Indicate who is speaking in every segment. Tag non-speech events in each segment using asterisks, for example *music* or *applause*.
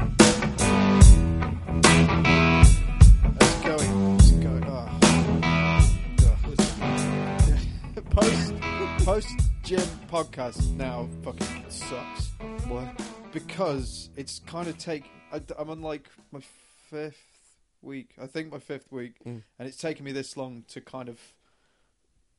Speaker 1: Oh. Oh, *laughs* post gym podcast now fucking sucks
Speaker 2: Why?
Speaker 1: because it's kind of take. I, am on like my fifth week, I think my fifth week,
Speaker 2: Mm.
Speaker 1: and it's taken me this long to kind of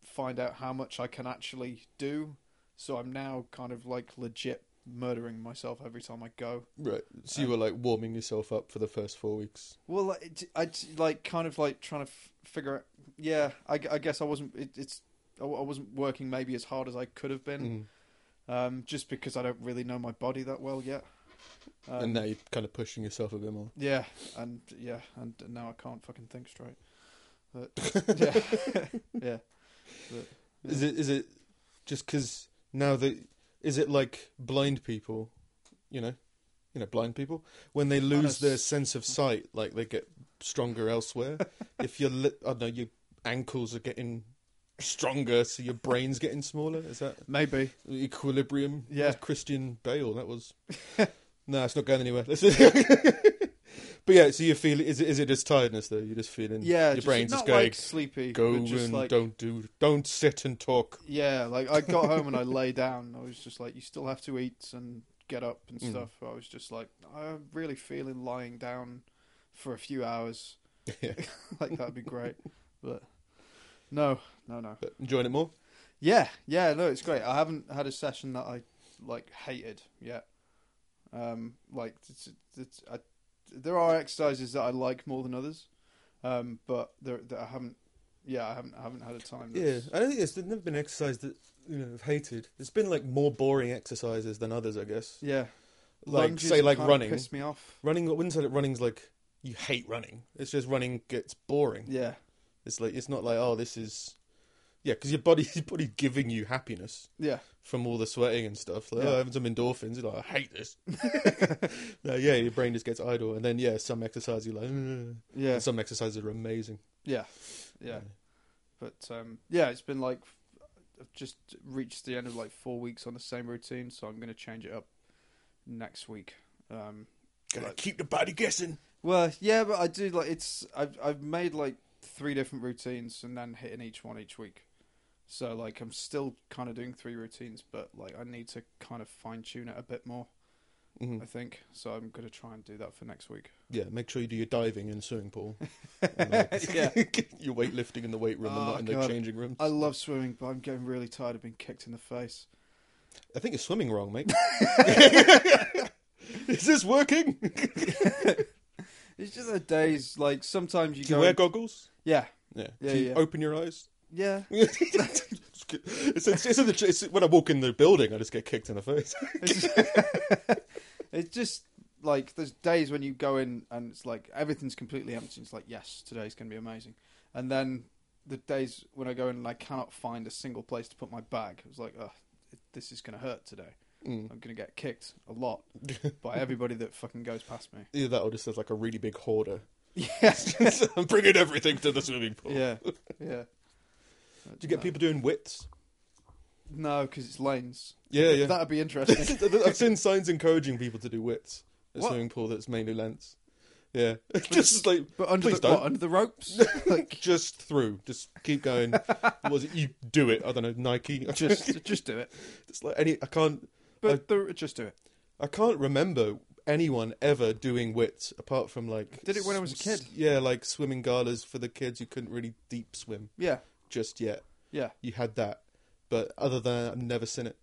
Speaker 1: find out how much I can actually do. So I'm now kind of like legit murdering myself every time I go.
Speaker 2: Right. So you were like warming yourself up for the first four weeks.
Speaker 1: Well, like, it- I t- like kind of like trying to f- figure out. Yeah, I, g- I guess I wasn't. It, it's I, w- I wasn't working maybe as hard as I could have been,
Speaker 2: Mm.
Speaker 1: um, just because I don't really know my body that well yet. Um,
Speaker 2: and now you're kind of pushing yourself a bit more.
Speaker 1: yeah, and yeah, and now I can't fucking think straight. But, yeah, yeah. Yeah.
Speaker 2: Is it? Is it just because now that is it like blind people? You know, you know, blind people when they
Speaker 1: Kind
Speaker 2: lose
Speaker 1: of
Speaker 2: their
Speaker 1: s-
Speaker 2: sense of sight, like they get stronger elsewhere. if your li- I don't know your ankles are getting stronger, so your brain's getting smaller. Is that *laughs*
Speaker 1: Maybe.
Speaker 2: equilibrium?
Speaker 1: Yeah.
Speaker 2: That's Christian Bale. That *laughs* was. no, it's not going anywhere. *laughs* but yeah, so you feel is it, is it just tiredness though? You're just feeling
Speaker 1: Yeah,
Speaker 2: your
Speaker 1: just,
Speaker 2: brain's
Speaker 1: not
Speaker 2: just going
Speaker 1: like sleepy.
Speaker 2: go
Speaker 1: but just
Speaker 2: and
Speaker 1: like,
Speaker 2: don't do don't sit and talk *laughs*
Speaker 1: Yeah, like I got home and I lay down. I was just like, you still have to eat and get up and
Speaker 2: Mm.
Speaker 1: stuff. I was just like, I'm really feeling lying down for a few hours.
Speaker 2: Yeah.
Speaker 1: *laughs* like that'd be great, but no, no, no.
Speaker 2: but enjoying it more
Speaker 1: Yeah, yeah, no, it's great. I haven't had a session that I like hated yet. Um, like it's, it's, I, there are exercises that I like more than others, um, but there that I haven't. Yeah, I haven't I haven't had a time.
Speaker 2: yeah
Speaker 1: That's,
Speaker 2: i don't think it's there's never been exercise that you know i've hated there's been like more boring exercises than others i guess
Speaker 1: yeah.
Speaker 2: like
Speaker 1: Lunges
Speaker 2: say like
Speaker 1: kinda
Speaker 2: running
Speaker 1: piss me off.
Speaker 2: running i wouldn't say that running's like you hate running it's just running gets boring
Speaker 1: Yeah,
Speaker 2: it's like it's not like oh this is yeah because your body *laughs* your body giving you happiness
Speaker 1: yeah,
Speaker 2: from all the sweating and stuff. Like,
Speaker 1: Yeah.
Speaker 2: oh, having some endorphins. You're like, I
Speaker 1: *laughs*
Speaker 2: hate this. *laughs* No, yeah, your brain just gets idle. And then, yeah, some exercise you're like, "Ugh."
Speaker 1: yeah,
Speaker 2: And some exercises are amazing.
Speaker 1: yeah, yeah. But um, yeah, it's been like I've just reached the end of like four weeks on the same routine, so I'm going to change it up next week. Um,
Speaker 2: Gotta keep the body guessing.
Speaker 1: Well, yeah, but I do like it's. I've I've made like three different routines and then hitting each one each week. So like I'm still kind of doing three routines, but like I need to kind of fine tune it a bit more.
Speaker 2: Mhm.
Speaker 1: I think so. I'm gonna try and do that for next week.
Speaker 2: Yeah, make sure you do your diving in the swimming pool.
Speaker 1: Yeah.
Speaker 2: *laughs* your weightlifting in the weight room and
Speaker 1: Oh,
Speaker 2: not in the
Speaker 1: God.
Speaker 2: changing room.
Speaker 1: I love swimming, but I'm getting really tired of being kicked in the face.
Speaker 2: I think you're swimming
Speaker 1: *laughs*
Speaker 2: wrong, mate. *laughs* Is this working? Do
Speaker 1: It's just the days like sometimes you
Speaker 2: you
Speaker 1: go.
Speaker 2: wear goggles?
Speaker 1: yeah,
Speaker 2: Yeah.
Speaker 1: Yeah,
Speaker 2: Do you
Speaker 1: yeah.
Speaker 2: open your eyes?
Speaker 1: yeah.
Speaker 2: it's, it's, it's in the, it's, when I walk in the building, I just get kicked in the face. *laughs*
Speaker 1: It's just, it's just like there's days when you go in and it's like everything's completely empty. It's like yes, today's gonna be amazing. And then the days when I go in and I cannot find a single place to put my bag, I was like, oh, this is gonna hurt today.
Speaker 2: Mm.
Speaker 1: I'm gonna get kicked a
Speaker 2: *laughs*
Speaker 1: lot by everybody that fucking goes past me.
Speaker 2: Either that or just as like a really big hoarder. *laughs*
Speaker 1: Yes.
Speaker 2: I'm bringing everything to the swimming
Speaker 1: *laughs*
Speaker 2: pool.
Speaker 1: yeah. Yeah.
Speaker 2: Do you get
Speaker 1: no.
Speaker 2: people doing widths?
Speaker 1: No, because it's lanes.
Speaker 2: Yeah, yeah.
Speaker 1: That'd be
Speaker 2: *laughs*
Speaker 1: interesting.
Speaker 2: I've seen signs encouraging people to do widths at
Speaker 1: What?
Speaker 2: swimming pool that's mainly lengths. Yeah, *laughs* just like
Speaker 1: But under
Speaker 2: Please
Speaker 1: the,
Speaker 2: don't.
Speaker 1: what, under the
Speaker 2: *laughs*
Speaker 1: ropes, like
Speaker 2: just through, just
Speaker 1: *laughs*
Speaker 2: keep going. What was it you do it? I don't know Nike. *laughs* Just,
Speaker 1: just just do it.
Speaker 2: just like any. I can't.
Speaker 1: But the, just do it.
Speaker 2: I can't remember anyone ever doing widths apart from like
Speaker 1: Did it when I was a
Speaker 2: s-
Speaker 1: kid.
Speaker 2: Yeah, like swimming galas for the kids who couldn't really deep swim
Speaker 1: Yeah.
Speaker 2: just yet.
Speaker 1: Yeah.
Speaker 2: You had that, but other than that, I've never seen it.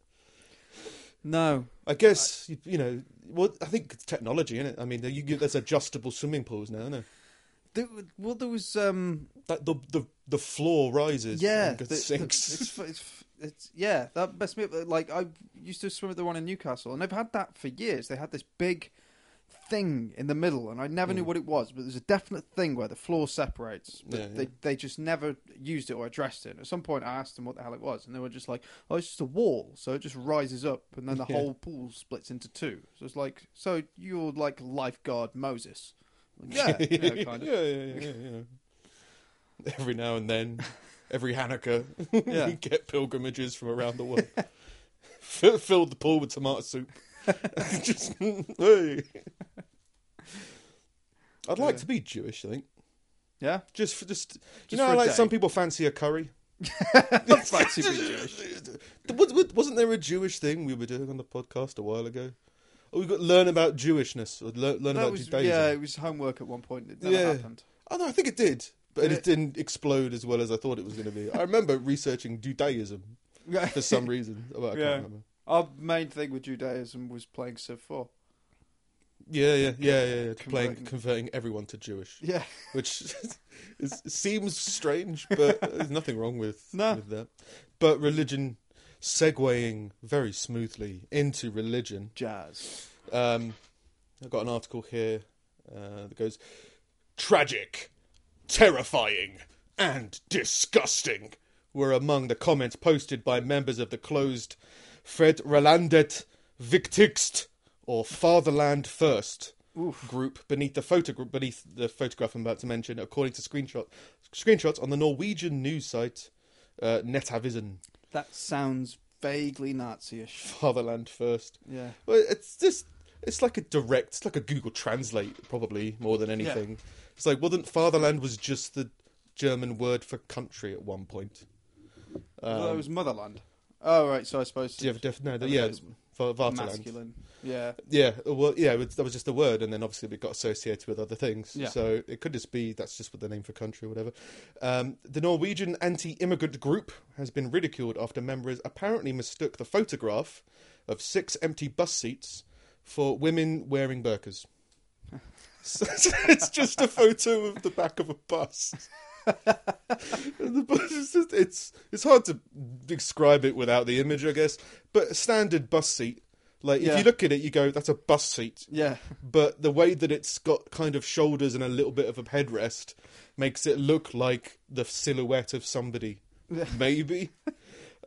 Speaker 1: No.
Speaker 2: I guess you, you know. Well, I think it's technology, is it? I mean, you, you, there's adjustable swimming pools now. No,
Speaker 1: There, well, there was um,
Speaker 2: that the the the floor rises.
Speaker 1: yeah,
Speaker 2: and it
Speaker 1: the- the-
Speaker 2: sinks. *laughs*
Speaker 1: it's, f- it's, f- it's yeah, that messed me up. uh, Like I used to swim at the one in Newcastle, and they've had that for years. They had this big thing in the middle, and I never knew
Speaker 2: Mm.
Speaker 1: what it was, but there's a definite thing where the floor separates. But
Speaker 2: Yeah,
Speaker 1: they
Speaker 2: yeah.
Speaker 1: they just never used it or addressed it. At some point, I asked them what the hell it was, and they were just like, "Oh, it's just a wall, so it just rises up, and then the
Speaker 2: Yeah.
Speaker 1: whole pool splits into two. So it's like, so you're like lifeguard Moses. Like,
Speaker 2: *laughs*
Speaker 1: yeah, yeah, kind of.
Speaker 2: yeah, yeah, yeah, yeah, yeah. Every now and then, every Hanukkah,
Speaker 1: Yeah.
Speaker 2: *laughs* we get pilgrimages from around the world. *laughs* F- filled the pool with tomato soup. *laughs* Just, hey. I'd like
Speaker 1: Yeah.
Speaker 2: to be Jewish. I think
Speaker 1: yeah.
Speaker 2: just for just,
Speaker 1: Just
Speaker 2: you know
Speaker 1: for
Speaker 2: how,
Speaker 1: a
Speaker 2: like
Speaker 1: day.
Speaker 2: some people fancy a curry.
Speaker 1: I *laughs* fancy
Speaker 2: *laughs*
Speaker 1: being Jewish.
Speaker 2: Was- was- Wasn't there a Jewish thing we were doing on the podcast a while ago? Oh, we got learn about Jewishness or learn, learn
Speaker 1: That
Speaker 2: about
Speaker 1: was,
Speaker 2: Judaism.
Speaker 1: yeah, it was homework at one point. It never
Speaker 2: Yeah.
Speaker 1: happened.
Speaker 2: Oh no, I think it did, but
Speaker 1: Did
Speaker 2: it,
Speaker 1: it?
Speaker 2: didn't explode as well as I thought it was going to be. I remember
Speaker 1: *laughs*
Speaker 2: researching Judaism for some reason. Oh, well, I
Speaker 1: Yeah.
Speaker 2: can't remember.
Speaker 1: Our main thing with Judaism was playing Civ 4.
Speaker 2: Yeah, yeah, yeah, yeah. yeah. Playing,
Speaker 1: Converting.
Speaker 2: converting everyone to
Speaker 1: *laughs*
Speaker 2: Jewish,
Speaker 1: Yeah.
Speaker 2: which is, seems
Speaker 1: *laughs*
Speaker 2: strange, but there's nothing wrong with,
Speaker 1: No.
Speaker 2: with that. But religion, segueing very smoothly into religion.
Speaker 1: Jazz.
Speaker 2: Um, I've got an article here uh, that goes tragic, terrifying, and disgusting were among the comments posted by members of the closed Fred Relandet Viktigst or Fatherland First
Speaker 1: Oof.
Speaker 2: group beneath the photo beneath the photograph I'm about to mention, according to screenshot screenshots on the Norwegian news site uh, Netavisen.
Speaker 1: That sounds vaguely Nazi-ish.
Speaker 2: Fatherland First.
Speaker 1: Yeah.
Speaker 2: Well, it's just it's like a direct, it's like a Google Translate probably more than anything. It's like, wasn't fatherland was just the German word for country at one point?
Speaker 1: I thought it
Speaker 2: Um,
Speaker 1: was Motherland. Oh, right, so I suppose
Speaker 2: do you have a def- no, the- yeah, it's fa- vaterland.
Speaker 1: masculine. Yeah.
Speaker 2: Yeah, well, yeah, it was, that was just the word, and then obviously it got associated with other things.
Speaker 1: Yeah.
Speaker 2: So it could just be that's just what the name for country or whatever. Um, the Norwegian anti-immigrant group has been ridiculed after members apparently mistook the photograph of six empty bus seats for women wearing burqas. *laughs* So it's just a photo of the back of a bus. *laughs* And the bus is just, it's it's hard to describe it without the image, I guess. But a standard bus seat, like if
Speaker 1: Yeah.
Speaker 2: you look at it, you go, "That's a bus seat."
Speaker 1: Yeah.
Speaker 2: But the way that it's got kind of shoulders and a little bit of a headrest makes it look like the silhouette of somebody, maybe.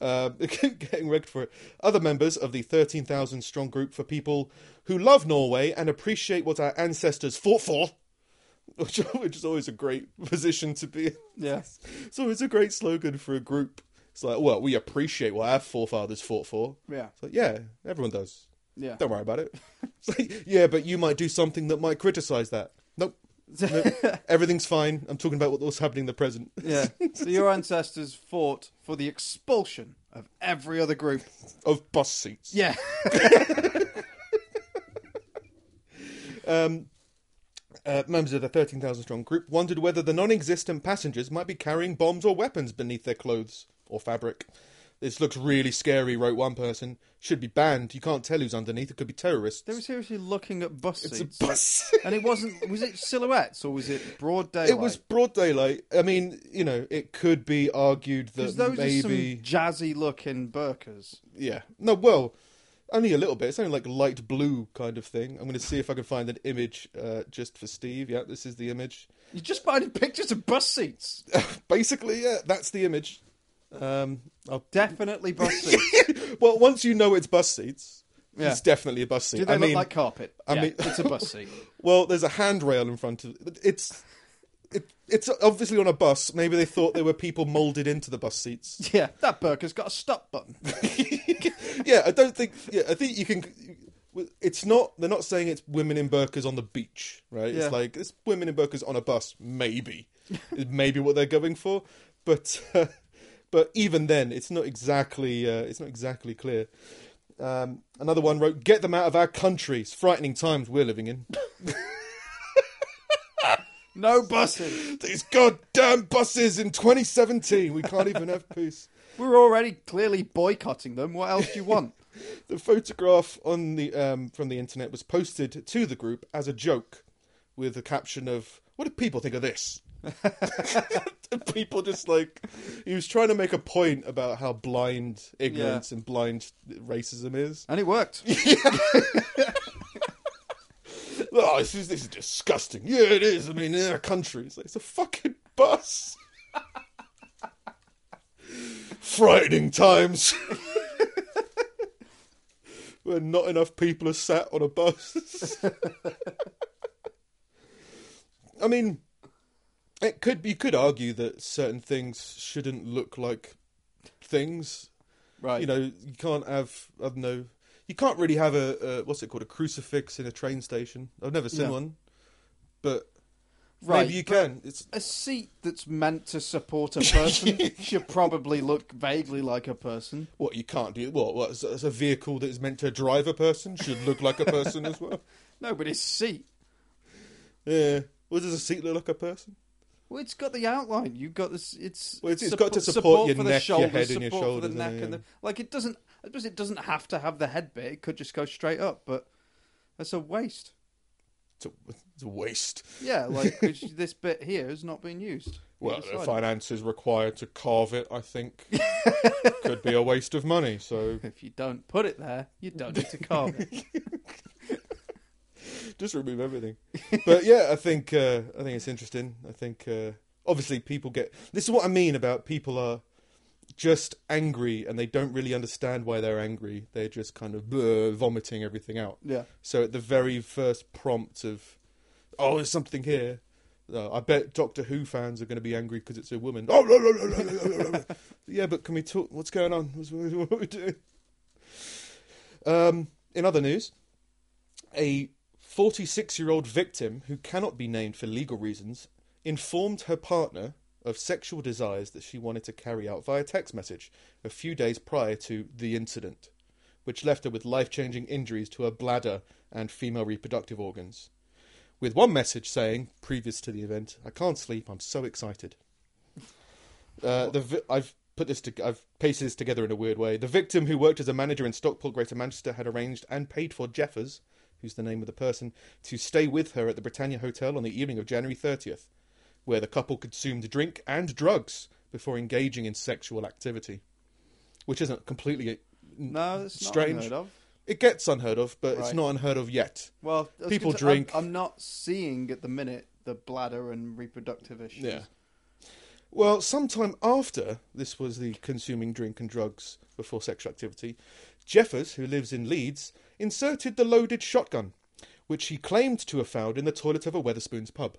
Speaker 2: Um, *laughs* getting wrecked for it. Other members of the 13,000 strong group for people who love Norway and appreciate what our ancestors fought for, *laughs* which, which is always a great position to be in.
Speaker 1: Yeah.
Speaker 2: So it's a great slogan for a group. It's like, well, we appreciate what our forefathers fought for.
Speaker 1: Yeah.
Speaker 2: It's like, yeah, everyone does.
Speaker 1: Yeah.
Speaker 2: Don't worry about it. *laughs* It's like, yeah, but you might do something that might criticise that. Nope.
Speaker 1: *laughs*
Speaker 2: nope. Everything's fine. I'm talking about what's happening in the present.
Speaker 1: Yeah. So your ancestors fought for the expulsion of every other group.
Speaker 2: *laughs* Of bus seats.
Speaker 1: Yeah.
Speaker 2: Um, uh, members of the 13,000 strong group wondered whether the non existent passengers might be carrying bombs or weapons beneath their clothes or fabric. This looks really scary, wrote one person. Should be banned. You can't tell who's underneath. It could be terrorists.
Speaker 1: They were seriously looking at bus
Speaker 2: it's a
Speaker 1: seats. *laughs*
Speaker 2: bus.
Speaker 1: and it wasn't. Was it silhouettes or was it broad daylight?
Speaker 2: it was broad daylight. I mean, you know, it could be argued
Speaker 1: 'Cause
Speaker 2: that
Speaker 1: those
Speaker 2: maybe,
Speaker 1: are some jazzy looking burkas.
Speaker 2: yeah, no, well, only a little bit. It's only like light blue kind of thing. I'm going to see if I can find an image uh, just for Steve. Yeah, this is the image.
Speaker 1: You're just finding pictures of bus seats.
Speaker 2: Basically, yeah, that's the image. Um, I'll...
Speaker 1: *laughs*
Speaker 2: *laughs*
Speaker 1: Definitely bus seats.
Speaker 2: Well, once you know it's bus seats,
Speaker 1: Yeah.
Speaker 2: it's definitely a bus seat.
Speaker 1: Do they
Speaker 2: I
Speaker 1: look
Speaker 2: mean,
Speaker 1: like carpet?
Speaker 2: I
Speaker 1: yeah,
Speaker 2: mean-
Speaker 1: it's a bus seat.
Speaker 2: well, there's a handrail in front of it's. It, it's obviously on a bus. Maybe they thought there were people molded into the bus seats.
Speaker 1: *laughs* Yeah, that burka's got a stop button.
Speaker 2: yeah, I don't think. Yeah, I think you can. It's not. They're not saying it's women in burqas on the beach, right?
Speaker 1: Yeah.
Speaker 2: It's like it's women in burqas on a bus. Maybe, Is maybe what they're going for. But, uh, but even then, it's not exactly. Uh, it's not exactly clear. Um, another one wrote, "Get them out of our country. It's frightening times we're living in.
Speaker 1: *laughs*
Speaker 2: *laughs*
Speaker 1: No buses.
Speaker 2: These goddamn buses in 2017. We can't even have peace."
Speaker 1: We're already clearly boycotting them. What else do you *laughs* want?
Speaker 2: The photograph on the um, from the internet was posted to the group as a joke, with a caption of "What do people think of this?" *laughs* And people just like he was trying to make a point about how blind ignorance and blind racism is.
Speaker 1: And it worked.
Speaker 2: *laughs* oh, this is this is disgusting. Yeah, it is. I mean, in our country, it's, like, it's a fucking bus. *laughs* Frightening times. *laughs* Where not enough people are sat on a bus. *laughs* I mean, it could you could argue that certain things shouldn't look like things
Speaker 1: Right.
Speaker 2: you know, you can't have I don't know, you can't really have a, a what's it called a crucifix in a train station. I've never seen
Speaker 1: Yeah.
Speaker 2: one, but
Speaker 1: Right,
Speaker 2: Maybe you
Speaker 1: but-
Speaker 2: can. It's
Speaker 1: A seat that's meant to support a *laughs* person should probably look vaguely like a person.
Speaker 2: what you can't do. What? what it's, it's a vehicle that is meant to drive a person should look like a person as
Speaker 1: *laughs*
Speaker 2: well.
Speaker 1: No, but it's seat.
Speaker 2: Yeah. Well, does a seat look like a person?
Speaker 1: Well, it's got the outline. You've got this. It's
Speaker 2: Well, it's- it's
Speaker 1: suppo-
Speaker 2: got to support your
Speaker 1: for
Speaker 2: neck,
Speaker 1: the
Speaker 2: your
Speaker 1: shoulders,
Speaker 2: head and your
Speaker 1: support for
Speaker 2: shoulders,
Speaker 1: the neck
Speaker 2: yeah.
Speaker 1: and the like. It doesn't. I suppose it doesn't have to have the head bit. It could just go straight up, but that's a waste.
Speaker 2: It's a, it's a waste.
Speaker 1: Yeah, like *laughs* 'cause this bit here has not been used.
Speaker 2: Well, uh,
Speaker 1: Either
Speaker 2: the
Speaker 1: side.
Speaker 2: finances required to carve it, I think, could be a waste of
Speaker 1: *laughs*
Speaker 2: money. So
Speaker 1: If you don't put it there, you don't need to carve
Speaker 2: *laughs*
Speaker 1: it.
Speaker 2: just remove everything. *laughs* But yeah, I think uh, I think it's interesting. I think uh, obviously people get this is what I mean about people are just angry and they don't really understand why they're angry. They're just kind of bleh, vomiting everything out.
Speaker 1: Yeah.
Speaker 2: So at the very first prompt of, oh, there's something here. uh, I bet Doctor Who fans are going to be angry because it's a woman. Oh, no, no, no, no, no, no, no, no. *laughs* yeah, but can we talk? What's going on? What's, *laughs* what are we doing? Um, in other news, a 46-year-old victim who cannot be named for legal reasons informed her partner of sexual desires that she wanted to carry out via text message a few days prior to the incident which left her with life changing injuries to her bladder and female reproductive organs. With one message saying, previous to the event, I can't sleep, I'm so excited. Uh, the vi- I've put this to- I've pasted this together in a weird way. The victim who worked as a manager in Stockport, Greater Manchester, had arranged and paid for Jeffers, who's the name of the person, to stay with her at the Britannia Hotel on the evening of January 30th, where the couple consumed drink and drugs before engaging in sexual activity, which isn't completely
Speaker 1: No, it's not
Speaker 2: Strange.
Speaker 1: unheard of.
Speaker 2: it gets unheard of, but it's
Speaker 1: Right.
Speaker 2: not unheard of yet.
Speaker 1: Well, I was
Speaker 2: People
Speaker 1: gonna say, I'm-
Speaker 2: drink.
Speaker 1: I'm, not seeing at the minute the bladder and reproductive issues.
Speaker 2: Yeah. Well, sometime after this was the consuming drink and drugs before sexual activity, Jeffers, who lives in Leeds, inserted the loaded shotgun, which he claimed to have found in the toilet of a Weatherspoons pub.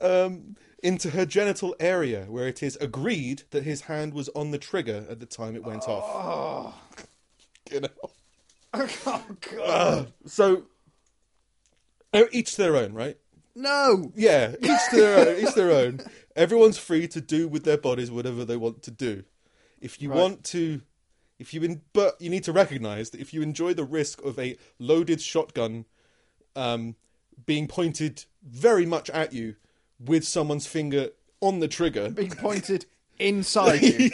Speaker 2: um, into her genital area, where it is agreed that his hand was on the trigger at the time it went off. You know.
Speaker 1: *laughs* oh God.
Speaker 2: Uh, so uh, each their own, right?
Speaker 1: No.
Speaker 2: Yeah, each their own. Each their own. Everyone's free to do with their bodies whatever they want to do. If you
Speaker 1: Right.
Speaker 2: want to, if you, in, but you need to recognise that if you enjoy the risk of a loaded shotgun um, being pointed very much at you with someone's finger on the trigger,
Speaker 1: Being
Speaker 2: *laughs*
Speaker 1: pointed inside you.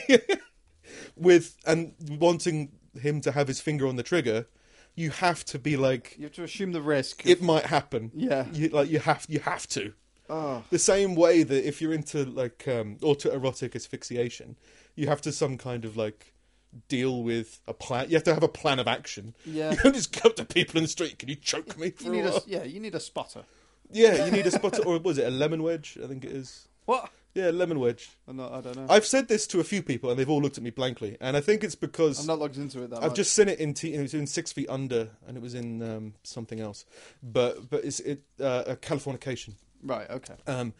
Speaker 2: with and wanting him to have his finger on the trigger, you have to be like,
Speaker 1: You have to assume the risk.
Speaker 2: it might happen.
Speaker 1: Yeah.
Speaker 2: you, like you have you have to.
Speaker 1: Oh.
Speaker 2: The same way that if you're into like um, autoerotic asphyxiation, you have to some kind of like deal with a plan. You have to have a plan of action.
Speaker 1: Yeah.
Speaker 2: *laughs* you don't just go up to people in the street. Can you choke me for
Speaker 1: You
Speaker 2: a
Speaker 1: need a
Speaker 2: while?"
Speaker 1: yeah. You need a spotter.
Speaker 2: *laughs* Yeah, you need a spot or was it a lemon wedge? I think it is.
Speaker 1: What?
Speaker 2: Yeah, lemon wedge.
Speaker 1: I'm not, I don't know.
Speaker 2: I've said this to a few people and they've all looked at me blankly, and I think it's because
Speaker 1: I'm not logged into it that
Speaker 2: I've
Speaker 1: much.
Speaker 2: just seen it in. T- it was in Six Feet Under, and it was in um, something else, but but it's it uh, a Californication.
Speaker 1: Right. Okay.
Speaker 2: Um,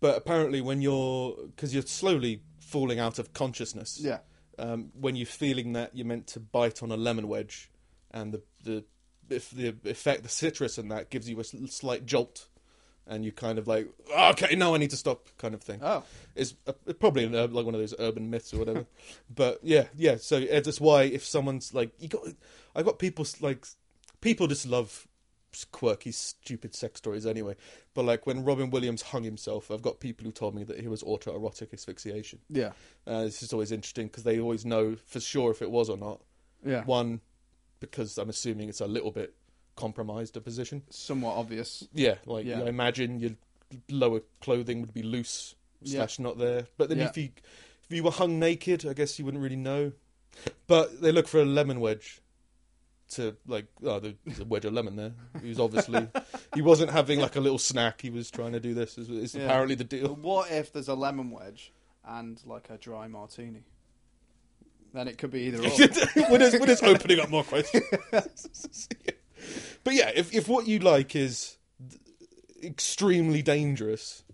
Speaker 2: but apparently, when you're because you're slowly falling out of consciousness.
Speaker 1: Yeah.
Speaker 2: Um, when you're feeling that, you're meant to bite on a lemon wedge, and the the if the effect the citrus and that gives you a s- slight jolt, and you kind of like "Oh, okay, now I need to stop, kind of thing.
Speaker 1: Oh.
Speaker 2: It's uh, probably an, ur- like one of those urban myths or whatever. but yeah, yeah. So uh, that's why if someone's like, you got, I got people s- like, people just love s- quirky, stupid sex stories anyway. But like when Robin Williams hung himself, I've got people who told me that he was autoerotic asphyxiation.
Speaker 1: Yeah.
Speaker 2: Uh, it's just always interesting because they always know for sure if it was or not.
Speaker 1: Yeah.
Speaker 2: One, because I'm assuming it's a little bit compromised a position.
Speaker 1: Somewhat obvious.
Speaker 2: Yeah, like
Speaker 1: Yeah.
Speaker 2: I imagine your lower clothing would be loose
Speaker 1: Yeah.
Speaker 2: slash not there. But then
Speaker 1: Yeah.
Speaker 2: if you if you were hung naked, I guess you wouldn't really know. But they look for a lemon wedge to like oh there's a wedge of lemon there. He
Speaker 1: *laughs*
Speaker 2: was obviously he wasn't having like a little snack. He was trying to do this. Is, is
Speaker 1: Yeah.
Speaker 2: apparently the
Speaker 1: But
Speaker 2: deal.
Speaker 1: what if there's a lemon wedge and like a dry martini? Then it could be either
Speaker 2: *laughs* we're,
Speaker 1: or.
Speaker 2: just, we're just opening up more questions. but yeah, if if what you like is extremely dangerous,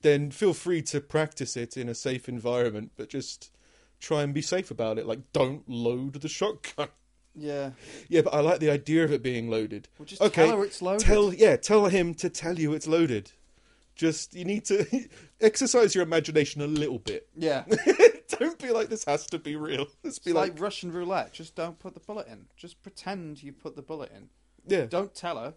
Speaker 2: then feel free to practice it in a safe environment, but just try and be safe about it. Like, don't load the shotgun.
Speaker 1: Yeah.
Speaker 2: Yeah, but I like the idea of it being loaded.
Speaker 1: Well, just
Speaker 2: Okay,
Speaker 1: tell her it's loaded.
Speaker 2: Tell yeah, tell him to tell you it's loaded. Just you need to *laughs* exercise your imagination a little bit. *laughs*
Speaker 1: Yeah.
Speaker 2: Don't be like this has to be real. Just be
Speaker 1: It's
Speaker 2: like,
Speaker 1: like Russian roulette. Just don't put the bullet in. Just pretend you put the bullet in.
Speaker 2: yeah,
Speaker 1: Don't tell her.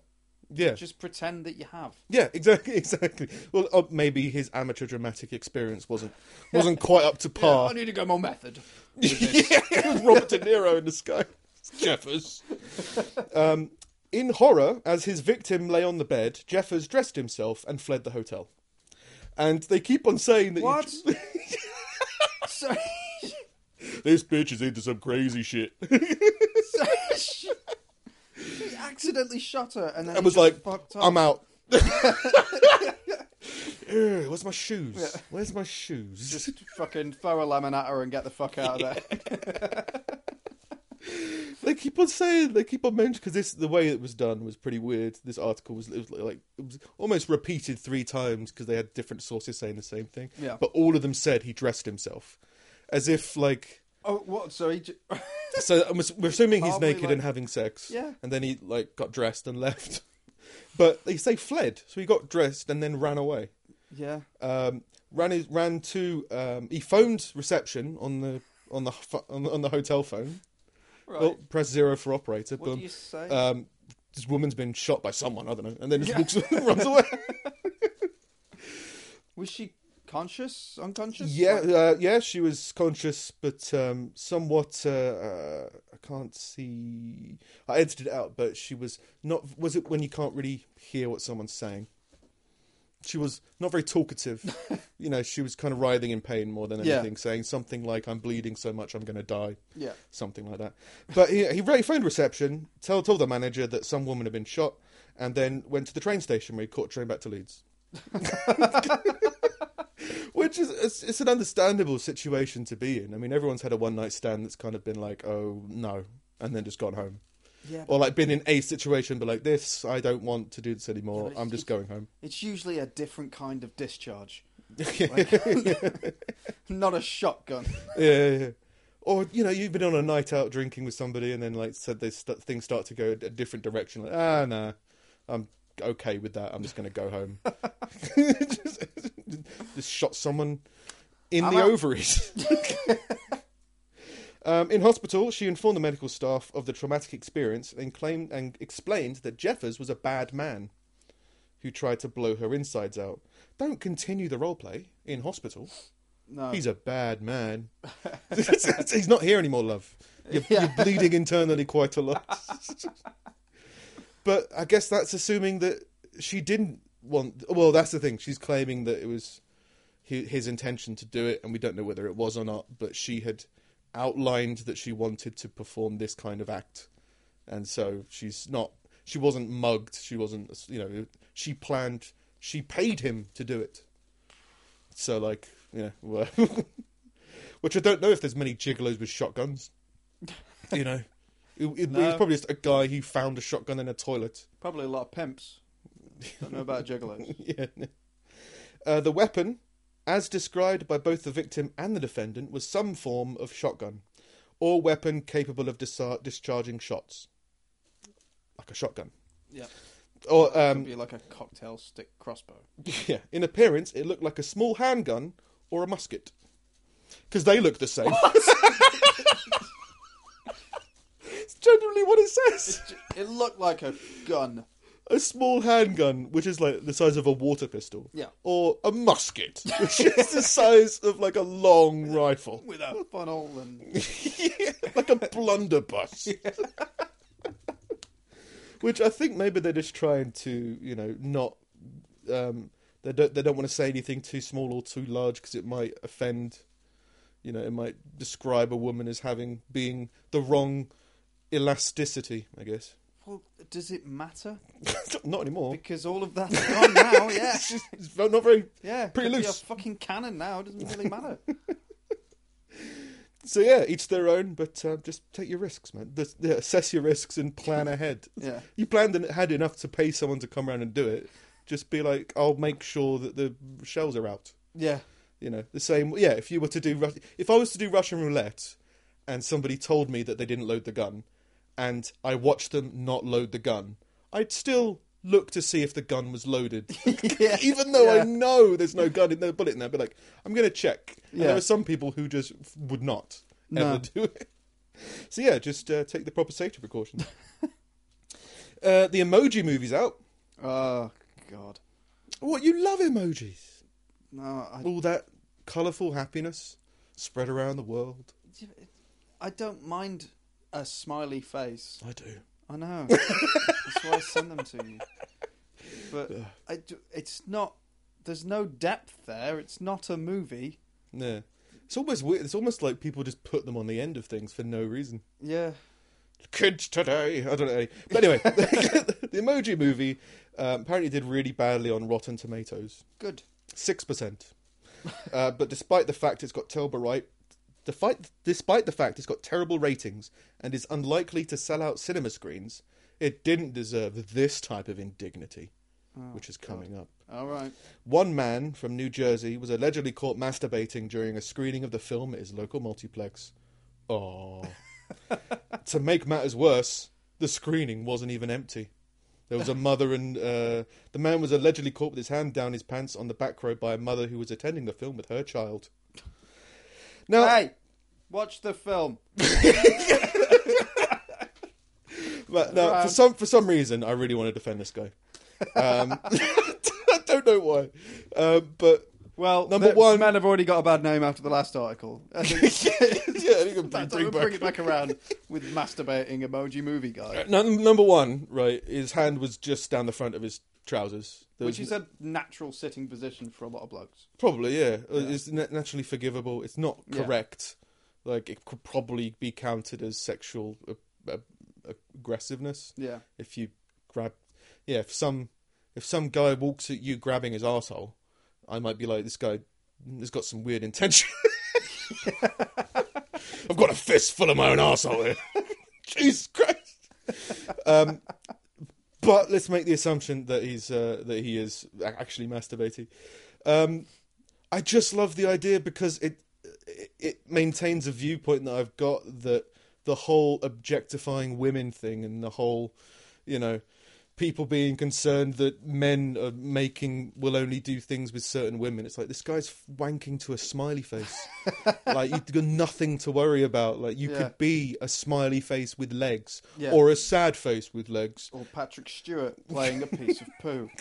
Speaker 2: yeah,
Speaker 1: Just pretend that you have.
Speaker 2: yeah, exactly, *laughs* exactly. Well, uh, maybe his amateur dramatic experience wasn't wasn't quite *laughs* up to par.
Speaker 1: I need to go more method. *laughs*
Speaker 2: *laughs* yeah, Robert De Niro in the sky. Jeffers. um, in horror, as his victim lay on the bed, Jeffers dressed himself and fled the hotel. And they keep on saying that he-
Speaker 1: What? *laughs* so,
Speaker 2: *laughs* this bitch is into some crazy shit.
Speaker 1: so she, she accidentally shot her and then
Speaker 2: I
Speaker 1: he
Speaker 2: was
Speaker 1: just
Speaker 2: like,
Speaker 1: fucked up.
Speaker 2: I'm out. *laughs* Ugh, Where's my shoes? Where's my shoes?
Speaker 1: just fucking throw a lemon at her and get the fuck out
Speaker 2: *laughs*
Speaker 1: of there.
Speaker 2: they keep on saying, they keep on mentioning because this the way it was done was pretty weird. This article was, it was like it was almost repeated three times because they had different sources saying the same thing.
Speaker 1: Yeah.
Speaker 2: but all of them said he dressed himself, as if like
Speaker 1: Oh, what? So he. J-
Speaker 2: so. I'm ass- We're assuming he's
Speaker 1: Probably,
Speaker 2: naked and
Speaker 1: like-
Speaker 2: having sex.
Speaker 1: Yeah.
Speaker 2: and then he like got dressed and *laughs* left. But they say fled, so he got dressed and then ran away.
Speaker 1: *laughs* yeah.
Speaker 2: um, ran his, ran to um, he phoned reception on the on the pho- on the, on the hotel phone.
Speaker 1: Right.
Speaker 2: Well, press zero for operator.
Speaker 1: what do
Speaker 2: boom.
Speaker 1: you say?
Speaker 2: Um, this woman's been shot by someone. I don't know, and then just
Speaker 1: Yeah. *laughs*
Speaker 2: walks *laughs* runs away.
Speaker 1: was she conscious? Unconscious?
Speaker 2: yeah,
Speaker 1: Like-
Speaker 2: uh, yeah, she was conscious, but um, somewhat. Uh, uh, I can't see. I edited it out, but she was not. Was it when you can't really hear what someone's saying? She was not
Speaker 1: *laughs*
Speaker 2: very talkative. you know, she was kind of writhing in pain more than
Speaker 1: Yeah.
Speaker 2: anything, saying something like, "I'm bleeding so much, I'm going to die."
Speaker 1: yeah.
Speaker 2: something like that. But he, he really phoned reception, told, told the manager that some woman had been shot, and then went to the train station where he caught a train back to Leeds. *laughs* Which is it's, it's an understandable situation to be in. I mean, everyone's had a one night stand that's kind of been like, oh no, and then just gone home,
Speaker 1: Yeah.
Speaker 2: or like been in a situation but like this, I don't want to do this anymore.
Speaker 1: Yeah, but
Speaker 2: I'm just going home.
Speaker 1: It's usually a different kind of discharge.
Speaker 2: *laughs*
Speaker 1: Like, *laughs* not a shotgun.
Speaker 2: yeah, yeah, yeah. Or you know, you've been on a night out drinking with somebody, and then like said, they st- things start to go a different direction. Like, ah, nah, I'm okay with that. I'm just going to
Speaker 1: *laughs*
Speaker 2: go home. *laughs* just, just shot someone in
Speaker 1: I'm
Speaker 2: the
Speaker 1: out.
Speaker 2: ovaries. *laughs* Um, in hospital, she informed the medical staff of the traumatic experience and claimed and explained that Jeffers was a bad man who tried to blow her insides out. Don't continue the role play in hospital.
Speaker 1: No.
Speaker 2: He's a
Speaker 1: *laughs*
Speaker 2: bad man. *laughs* He's not here anymore, love. You're,
Speaker 1: Yeah.
Speaker 2: you're bleeding internally quite
Speaker 1: *laughs*
Speaker 2: a lot. but I guess that's assuming that she didn't want. Well, that's the thing. She's claiming that it was hi- his intention to do it, and we don't know whether it was or not. But she had outlined that she wanted to perform this kind of act, and so she's not. She wasn't mugged. She wasn't. You know, she planned. She paid him to do it. So like, you know, *laughs* well, which I don't know if there's many gigolos with shotguns. You know, it, it, it was
Speaker 1: No.
Speaker 2: probably just a guy who found a shotgun in a toilet. *laughs*
Speaker 1: Probably a lot of pimps. Don't know about juggalos.
Speaker 2: yeah. Uh, the weapon, as described by both the victim and the defendant, was some form of shotgun, or weapon capable of disa- discharging shots, like a shotgun.
Speaker 1: Yeah.
Speaker 2: Or
Speaker 1: Could
Speaker 2: um,
Speaker 1: be like a cocktail stick crossbow.
Speaker 2: *laughs* yeah, in appearance, it looked like a small handgun or a musket, because they look the same. *laughs* it's generally what it says.
Speaker 1: It looked like a gun.
Speaker 2: a small handgun, which is like the size of a water pistol.
Speaker 1: Yeah.
Speaker 2: Or a musket, *laughs* which is the size of like a long rifle.
Speaker 1: With a funnel
Speaker 2: *laughs*
Speaker 1: and
Speaker 2: Yeah, like a blunderbuss. *laughs* Which I think maybe they're just trying to, you know, not. Um, they don't. They don't want to say anything too small or too large because it might offend. You know, it might describe a woman as having being the wrong elasticity. I guess *laughs*
Speaker 1: well, does it matter?
Speaker 2: not anymore.
Speaker 1: Because all of that's gone now,
Speaker 2: *laughs*
Speaker 1: yeah.
Speaker 2: It's, just, it's not very
Speaker 1: Yeah.
Speaker 2: Pretty
Speaker 1: could be a
Speaker 2: loose.
Speaker 1: fucking cannon now, it doesn't really
Speaker 2: *laughs*
Speaker 1: matter.
Speaker 2: So yeah, each their own, but uh, just take your risks, man. Just, yeah, assess your risks and plan ahead.
Speaker 1: Yeah.
Speaker 2: You planned and had enough to pay someone to come around and do it. Just be like, I'll make sure that the shells are out.
Speaker 1: Yeah.
Speaker 2: You know, the same. Yeah, if you were to do, Rus- if I was to do Russian roulette, and somebody told me that they didn't load the gun, and I watched them not load the gun, I'd still look to see if the gun was loaded.
Speaker 1: *laughs* Yeah.
Speaker 2: Even though
Speaker 1: Yeah.
Speaker 2: I know there's no gun in no bullet in there, but like I'm gonna check. And
Speaker 1: Yeah.
Speaker 2: there are some people who just f- would not ever
Speaker 1: No.
Speaker 2: do it. *laughs* So yeah, just uh, take the proper safety
Speaker 1: *laughs*
Speaker 2: precautions. uh, the emoji movie's out.
Speaker 1: Oh God.
Speaker 2: What you love emojis?
Speaker 1: No, I,
Speaker 2: All that colourful happiness spread around the world.
Speaker 1: I don't mind a smiley face.
Speaker 2: I do.
Speaker 1: I
Speaker 2: *laughs*
Speaker 1: know. That's why I send them to you. But I d it's not. There's no depth there. It's not a movie.
Speaker 2: Yeah. It's almost weird. It's almost like people just put them on the end of things for no reason.
Speaker 1: Yeah.
Speaker 2: kids today. I don't know. But anyway, *laughs* the Emoji Movie um, apparently did really badly on Rotten Tomatoes,
Speaker 1: Good.
Speaker 2: six percent. Uh, but despite the fact it's got terrible right, despite despite the fact it's got terrible ratings and is unlikely to sell out cinema screens, it didn't deserve this type of indignity, which is coming up.
Speaker 1: All right.
Speaker 2: One man from New Jersey was allegedly caught masturbating during a screening of the film at his local multiplex.
Speaker 1: *laughs*
Speaker 2: Oh. to make matters worse, the screening wasn't even empty. There was a mother and uh, the man was allegedly caught with his hand down his pants on the back row by a mother who was attending the film with her child. Now,
Speaker 1: Hey, watch the film.
Speaker 2: But no,
Speaker 1: Right.
Speaker 2: for some for some reason, I really want to defend
Speaker 1: *laughs*
Speaker 2: this guy. Um, *laughs* I don't know why, Um but
Speaker 1: Well,
Speaker 2: Number
Speaker 1: number
Speaker 2: one-
Speaker 1: one, men have already got a bad name after the last article. I think
Speaker 2: yeah, you can bring,
Speaker 1: that's-
Speaker 2: bring
Speaker 1: we'll
Speaker 2: back
Speaker 1: bring it back around with masturbating emoji movie guy,
Speaker 2: Uh, num- number one, right, his hand was just down the front of his trousers. There
Speaker 1: which
Speaker 2: was
Speaker 1: is a natural sitting position for a lot of blokes.
Speaker 2: probably yeah. Uh, It's na- naturally forgivable. It's not
Speaker 1: Yeah.
Speaker 2: correct. Like it could probably be counted as sexual uh, uh, aggressiveness
Speaker 1: Yeah,
Speaker 2: if you grab. Yeah, if some if some guy walks at you grabbing his arsehole, I might be like, this guy has got some weird intention. *laughs* I've got a fist full of my own arsehole here. *laughs* Jesus Christ. Um, but let's make the assumption that he's uh, that he is a- actually masturbating. Um, I just love the idea because it, it it maintains a viewpoint that I've got that the whole objectifying women thing and the whole, you know, people being concerned that men are making will only do things with certain women. It's like this guy's wanking to a smiley face. like you've got nothing to worry about. Like you
Speaker 1: Yeah.
Speaker 2: could be a smiley face with legs
Speaker 1: Yeah.
Speaker 2: or a sad face with legs,
Speaker 1: or Patrick Stewart playing a piece of poo.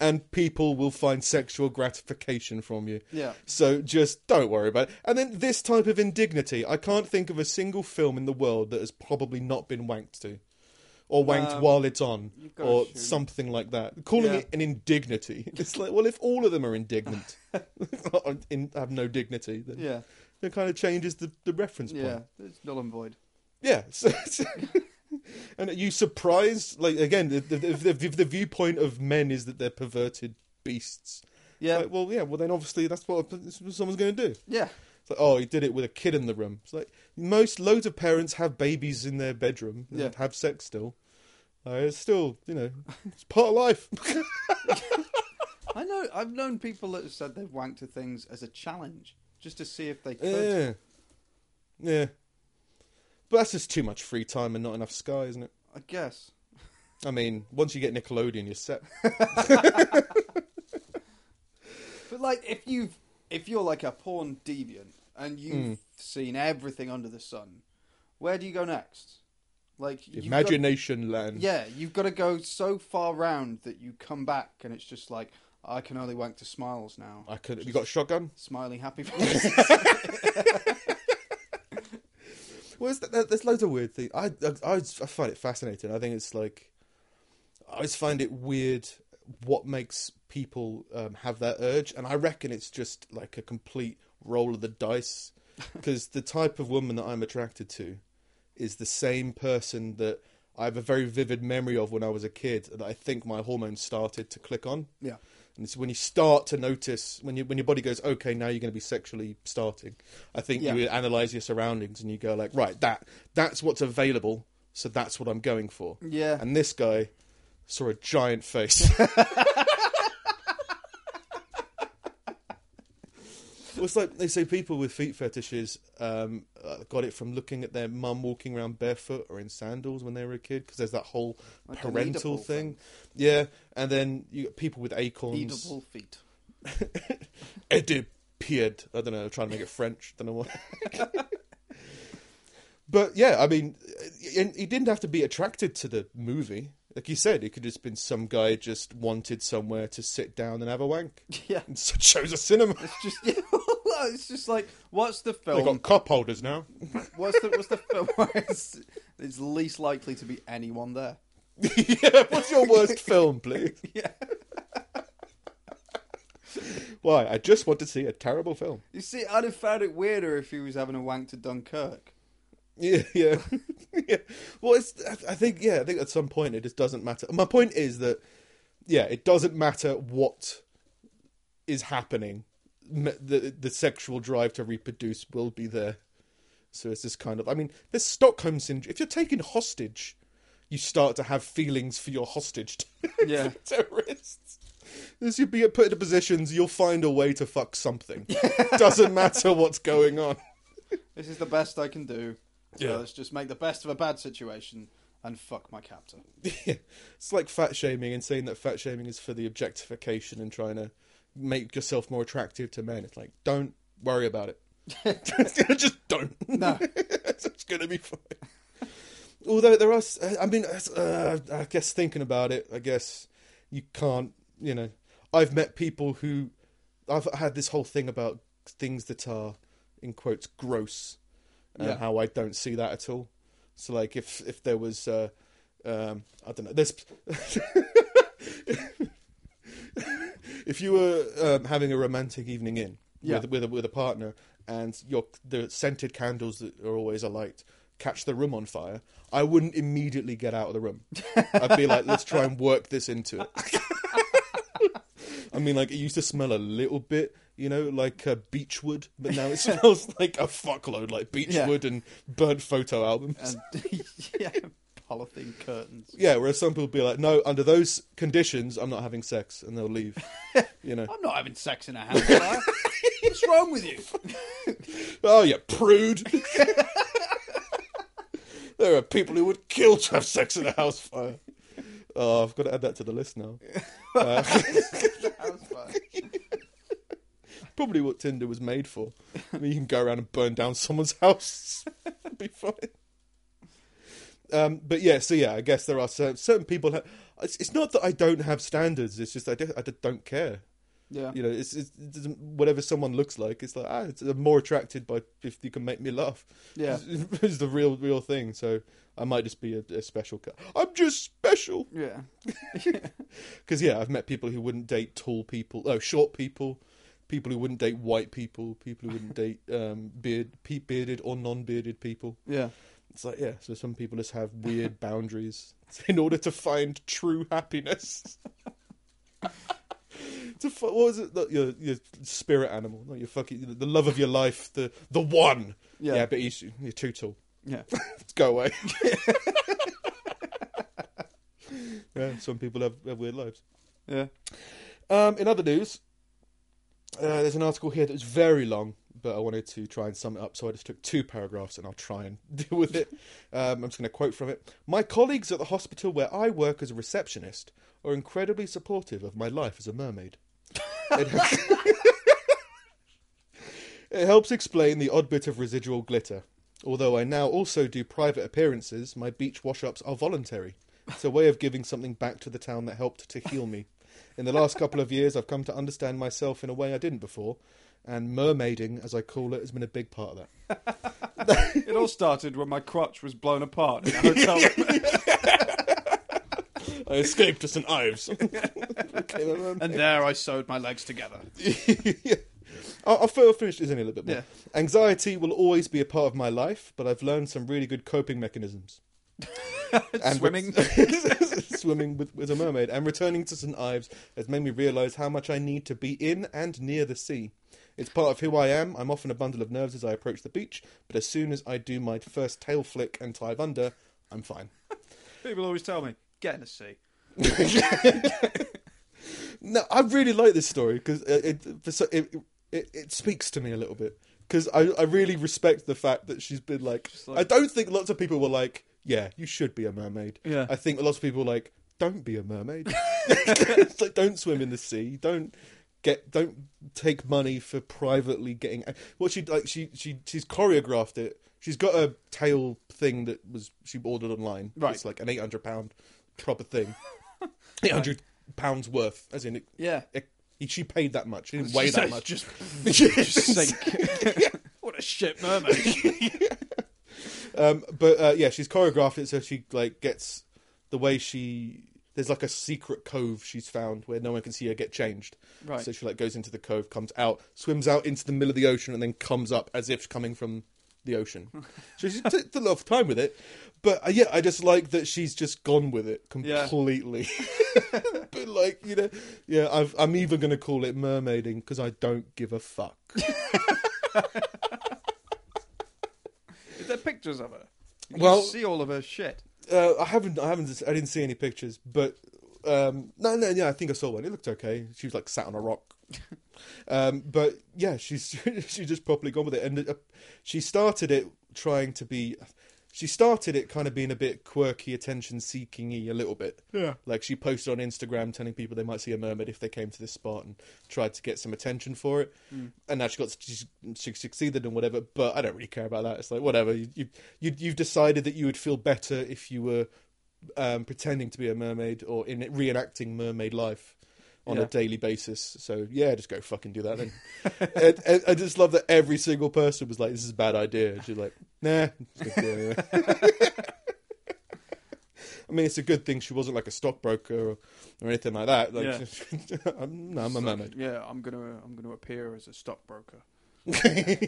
Speaker 2: and people will find sexual gratification from you.
Speaker 1: Yeah.
Speaker 2: So just don't worry about it. And then this type of indignity, I can't think of a single film in the world that has probably not been wanked to. Or wanked
Speaker 1: Um,
Speaker 2: while it's on,
Speaker 1: you've gotta
Speaker 2: or
Speaker 1: assume.
Speaker 2: something like that. Calling
Speaker 1: Yeah.
Speaker 2: it an indignity. *laughs* It's like, well, if all of them are indignant, *laughs* in, have no dignity, then
Speaker 1: Yeah,
Speaker 2: it kind of changes the, the reference point.
Speaker 1: yeah, it's null and void.
Speaker 2: Yeah. *laughs* So, so- and are you surprised? Like again, the, the, the, the, the viewpoint of men is that they're perverted beasts.
Speaker 1: Yeah,
Speaker 2: Like, well, yeah. Well, then obviously that's what that's what someone's going to do.
Speaker 1: yeah,
Speaker 2: It's like, oh, he did it with a kid in the room. It's like most loads of parents have babies in their bedroom and
Speaker 1: Yeah.
Speaker 2: have sex still. Like, it's still, you know, it's part of life. *laughs*
Speaker 1: I know. I've known people that have said they've wanked to things as a challenge, just to see if they could.
Speaker 2: yeah. Yeah. But that's just too much free time and not enough sky, isn't it?
Speaker 1: I guess.
Speaker 2: I mean, once you get Nickelodeon, you're set.
Speaker 1: But like, if you've if you're like a porn deviant and you've
Speaker 2: Hmm.
Speaker 1: seen everything under the sun, where do you go next? Like, *laughs* you've got-
Speaker 2: Imagination land.
Speaker 1: yeah, you've got to go so far round that you come back and it's just like I can only wank to smiles now.
Speaker 2: I could. You got a shotgun?
Speaker 1: Smiling
Speaker 2: *laughs*
Speaker 1: happy faces.
Speaker 2: Well, it's, there- there's loads of weird things. I, I I I find it fascinating. I think it's like I always find it weird what makes people um, have that urge, and I reckon it's just like a complete roll of the *laughs* dice because the type of woman that I'm attracted to is the same person that I have a very vivid memory of when I was a kid that I think my hormones started to click on.
Speaker 1: yeah,
Speaker 2: And it's when you start to notice when you when your body goes, okay, now you're going to be sexually starting. I think
Speaker 1: Yeah.
Speaker 2: you analyze your surroundings and you go like, right, that that's what's available, so that's what I'm going for.
Speaker 1: Yeah.
Speaker 2: And this guy saw a giant
Speaker 1: *laughs*
Speaker 2: face. well, it's like they say people with feet fetishes um, uh, got it from looking at their mum walking around barefoot or in sandals when they were a kid because there's that whole
Speaker 1: Like a
Speaker 2: parental
Speaker 1: kneadable
Speaker 2: thing. Yeah, and then you got people with acorns.
Speaker 1: Eatable feet. *laughs*
Speaker 2: Edipied. I don't know. I'm trying to make it French. *laughs* Don't know what. but yeah, I mean, and he didn't have to be attracted to the movie. Like you said, it could have just been some guy just wanted somewhere to sit down and have a wank. *laughs*
Speaker 1: Yeah,
Speaker 2: And so chose a cinema.
Speaker 1: it's just *laughs* it's just like what's the
Speaker 2: They
Speaker 1: film?
Speaker 2: got cup holders now. *laughs*
Speaker 1: What's the what's the film *laughs* where it's, it's least likely to be anyone there?
Speaker 2: yeah, what's your
Speaker 1: *laughs*
Speaker 2: worst film, please?
Speaker 1: Yeah.
Speaker 2: Why? I just want to see a terrible film.
Speaker 1: You see, I'd have found it weirder if he was having a wank to Dunkirk.
Speaker 2: Yeah, *laughs* yeah, yeah. Well, it's. I I think yeah. I think at some point it just doesn't matter. My point is that yeah, it doesn't matter what is happening. M- The the sexual drive to reproduce will be there. So it's this kind of. I mean, there's Stockholm syndrome. If you're taken hostage, you start to have feelings for your hostage *laughs*
Speaker 1: Yeah.
Speaker 2: terrorists. As you be put into positions, you'll find a way to fuck something. *laughs* doesn't matter what's going on.
Speaker 1: This is the best I can do. So
Speaker 2: Yeah.
Speaker 1: let's just make the best of a bad situation and fuck my *laughs* captor.
Speaker 2: Yeah. *laughs* It's like fat shaming and saying that fat shaming is for the objectification and trying to make yourself more attractive to men. It's like, don't worry about it. *laughs* Just don't.
Speaker 1: No.
Speaker 2: *laughs* it's going to be fine. Although there are, s- I mean, uh, I guess thinking about it, I guess you can't, you know, I've met people who, I've had this whole thing about things that are, in quotes, gross, and
Speaker 1: Yeah.
Speaker 2: how I don't see that at all. So, like, if if there was, uh, um, I don't know, there's, if you were um, having a romantic evening in
Speaker 1: Yeah.
Speaker 2: with with a, with a partner, and your the scented candles that are always alight catch the room on fire, I wouldn't immediately get out of the
Speaker 1: *laughs*
Speaker 2: room. I'd be like, let's try and work this into it. *laughs* I mean, like it used to smell a little bit, you know, like uh, beechwood, but now it
Speaker 1: *laughs*
Speaker 2: smells like a fuckload, like beechwood and burnt photo albums.
Speaker 1: And *laughs* yeah, polythene curtains.
Speaker 2: yeah, whereas some people be like, no, under those conditions, I'm not having sex, and they'll
Speaker 1: *laughs*
Speaker 2: leave. you know,
Speaker 1: I'm not having sex in a house *laughs* fire. What's wrong with you?
Speaker 2: oh yeah, prude. *laughs* there are people who would kill to have sex in a house fire. Oh, I've got to add that to the list now.
Speaker 1: House fire.
Speaker 2: Probably what Tinder was made for. I mean, you can go around and burn down someone's *laughs* house. It'd be fine. Um, but yeah, so yeah, I guess there are certain, certain people. Ha- it's, it's not that I don't have standards. It's just I, don't- I just don't care.
Speaker 1: Yeah.
Speaker 2: You know, it's, it's it doesn't, whatever someone looks like. It's like ah, it's, I'm more attracted by if you can make me laugh.
Speaker 1: Yeah.
Speaker 2: *laughs* is, is the real real thing. So I might just be a, a special. Cu- I'm just special.
Speaker 1: Yeah.
Speaker 2: Because yeah, I've met people who wouldn't date tall people, oh, short people, people who wouldn't date white people, people who wouldn't *laughs* date um, beard, pe- bearded or non-bearded people.
Speaker 1: Yeah.
Speaker 2: It's like yeah, so some people just have weird *laughs* boundaries in order to find true happiness. *laughs* to fi- what was it? The- Your, your spirit animal, not your fucking the love of your life, the the one.
Speaker 1: Yeah.
Speaker 2: yeah but he's, you're too tall
Speaker 1: Yeah.
Speaker 2: go away. *laughs* yeah, some people have, have weird lives.
Speaker 1: Yeah.
Speaker 2: Um, in other news, uh, there's an article here that was very long, but I wanted to try and sum it up, so I just took two paragraphs and I'll try and *laughs* deal with it. Um, I'm just going to quote from it. My colleagues at the hospital where I work as a receptionist are incredibly supportive of my life as a mermaid. It It helps explain the odd bit of residual glitter. Although I now also do private appearances, my beach wash ups are voluntary. It's a way of giving something back to the town that helped to heal me. In the last couple of years, I've come to understand myself in a way I didn't before, and mermaiding, as I call it, has been a big part of that.
Speaker 1: It all started when my crotch was blown apart in a hotel. *laughs* room.
Speaker 2: I escaped to St. *laughs* Ives.
Speaker 1: and there I sewed my legs together.
Speaker 2: *laughs* yeah. I'll, I'll fi- I'll finish this in a little bit more.
Speaker 1: Yeah.
Speaker 2: Anxiety will always be a part of my life, but I've learned some really good coping mechanisms.
Speaker 1: *laughs* Swimming.
Speaker 2: *laughs* swimming with, with a mermaid and returning to St. Ives has made me realise how much I need to be in and near the sea. It's part of who I am. I'm often a bundle of nerves as I approach the beach, but as soon as I do my first tail flick and dive under, I'm fine.
Speaker 1: People always tell me, get in the sea.
Speaker 2: uh, No, I really like this story because it, it, for so- it, it, it speaks to me a little bit because I, I really respect the fact that she's been like,
Speaker 1: Just like-
Speaker 2: I don't think lots of people were like, yeah, you should be a mermaid.
Speaker 1: Yeah.
Speaker 2: I think lots of people were like, don't be a
Speaker 1: *laughs*
Speaker 2: mermaid. It's like, don't swim in the sea. Don't get don't take money for privately getting well she like she she she's choreographed it she's got a tail thing that was she ordered online
Speaker 1: Right.
Speaker 2: it's like an 800 pound proper thing 800 pounds worth as in it,
Speaker 1: Yeah.
Speaker 2: it, she paid that much she didn't weigh
Speaker 1: Just-
Speaker 2: that much
Speaker 1: Just,
Speaker 2: It's-
Speaker 1: *laughs* just sink. *laughs* what a shit mermaid.
Speaker 2: um, but uh, yeah, she's choreographed it so she like gets the way she. There's like a secret cove she's found where no one can see her get changed.
Speaker 1: Right.
Speaker 2: So she like goes into the cove, comes out, swims out into the middle of the ocean, and then comes up as if coming from the
Speaker 1: *laughs*
Speaker 2: ocean. so she took a lot of time with it, but uh, yeah, I just like that she's just gone with it
Speaker 1: Yeah. *laughs*
Speaker 2: completely. but like you know, yeah, I've, I'm even gonna call it mermaiding because I don't give a fuck.
Speaker 1: Is there pictures of her? You can
Speaker 2: Well-
Speaker 1: see all of her shit.
Speaker 2: Uh, I haven't, I haven't, I didn't see any pictures, but um, no, no, yeah, I think I saw one. It looked okay. She was like sat on a rock, um, but yeah, she's *laughs* she's just properly gone with it, and uh, she started it trying to be, she started it kind of being a bit quirky, attention seeking y a little bit.
Speaker 1: Yeah.
Speaker 2: Like she posted on Instagram telling people they might see a mermaid if they came to this spot and tried to get some attention for it. And now she got she, she succeeded and whatever. But I don't really care about that. It's like whatever. You, you, you you've decided that you would feel better if you were um, pretending to be a mermaid or in reenacting mermaid life on a
Speaker 1: Yeah.
Speaker 2: daily basis. So yeah, just go fucking do
Speaker 1: *laughs*
Speaker 2: that then. and, and I just love that every single person was like, "This is a bad idea." And she's like, "Nah." it's gonna do it anyway." *laughs* I mean, it's a good thing she wasn't like a stockbroker or, or anything like that. Like, *laughs* I'm, no, I'm a
Speaker 1: It's like,
Speaker 2: mermaid. *laughs*
Speaker 1: Yeah, I'm gonna I'm gonna appear as a stockbroker.
Speaker 2: Pretend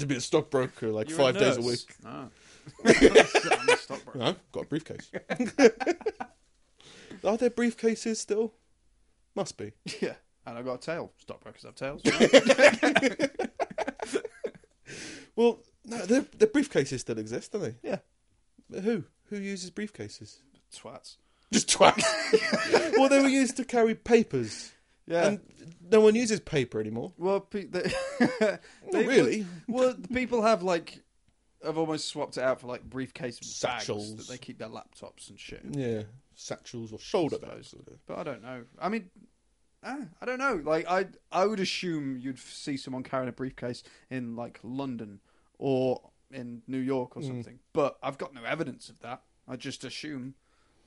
Speaker 2: to be a stockbroker like
Speaker 1: You're
Speaker 2: five days a
Speaker 1: nurse?
Speaker 2: week.
Speaker 1: *laughs* No. Ah. I'm a stockbroker.
Speaker 2: No, got a *laughs* briefcase. Are there briefcases still? Must be.
Speaker 1: *laughs* Yeah. And I've got a tail. Stockbrokers have tails.
Speaker 2: *laughs* Well, no, the, the briefcases still exist, don't they?
Speaker 1: Yeah.
Speaker 2: But who? Who uses briefcases?
Speaker 1: Twats.
Speaker 2: Just twats. *laughs* well, they were used to carry papers,
Speaker 1: Yeah.
Speaker 2: and no one uses paper anymore.
Speaker 1: well, pe- they, *laughs*
Speaker 2: Not
Speaker 1: they-
Speaker 2: really.
Speaker 1: Well, the people have like have almost swapped it out for like briefcase
Speaker 2: Satchels.
Speaker 1: bags that they keep their laptops and shit. in.
Speaker 2: Yeah, satchels or shoulder bags.
Speaker 1: But I don't know. I mean, eh, I don't know. Like I, I would assume you'd f- see someone carrying a briefcase in like London or in New York
Speaker 2: Hmm.
Speaker 1: or something. But I've got no evidence of that. I just assume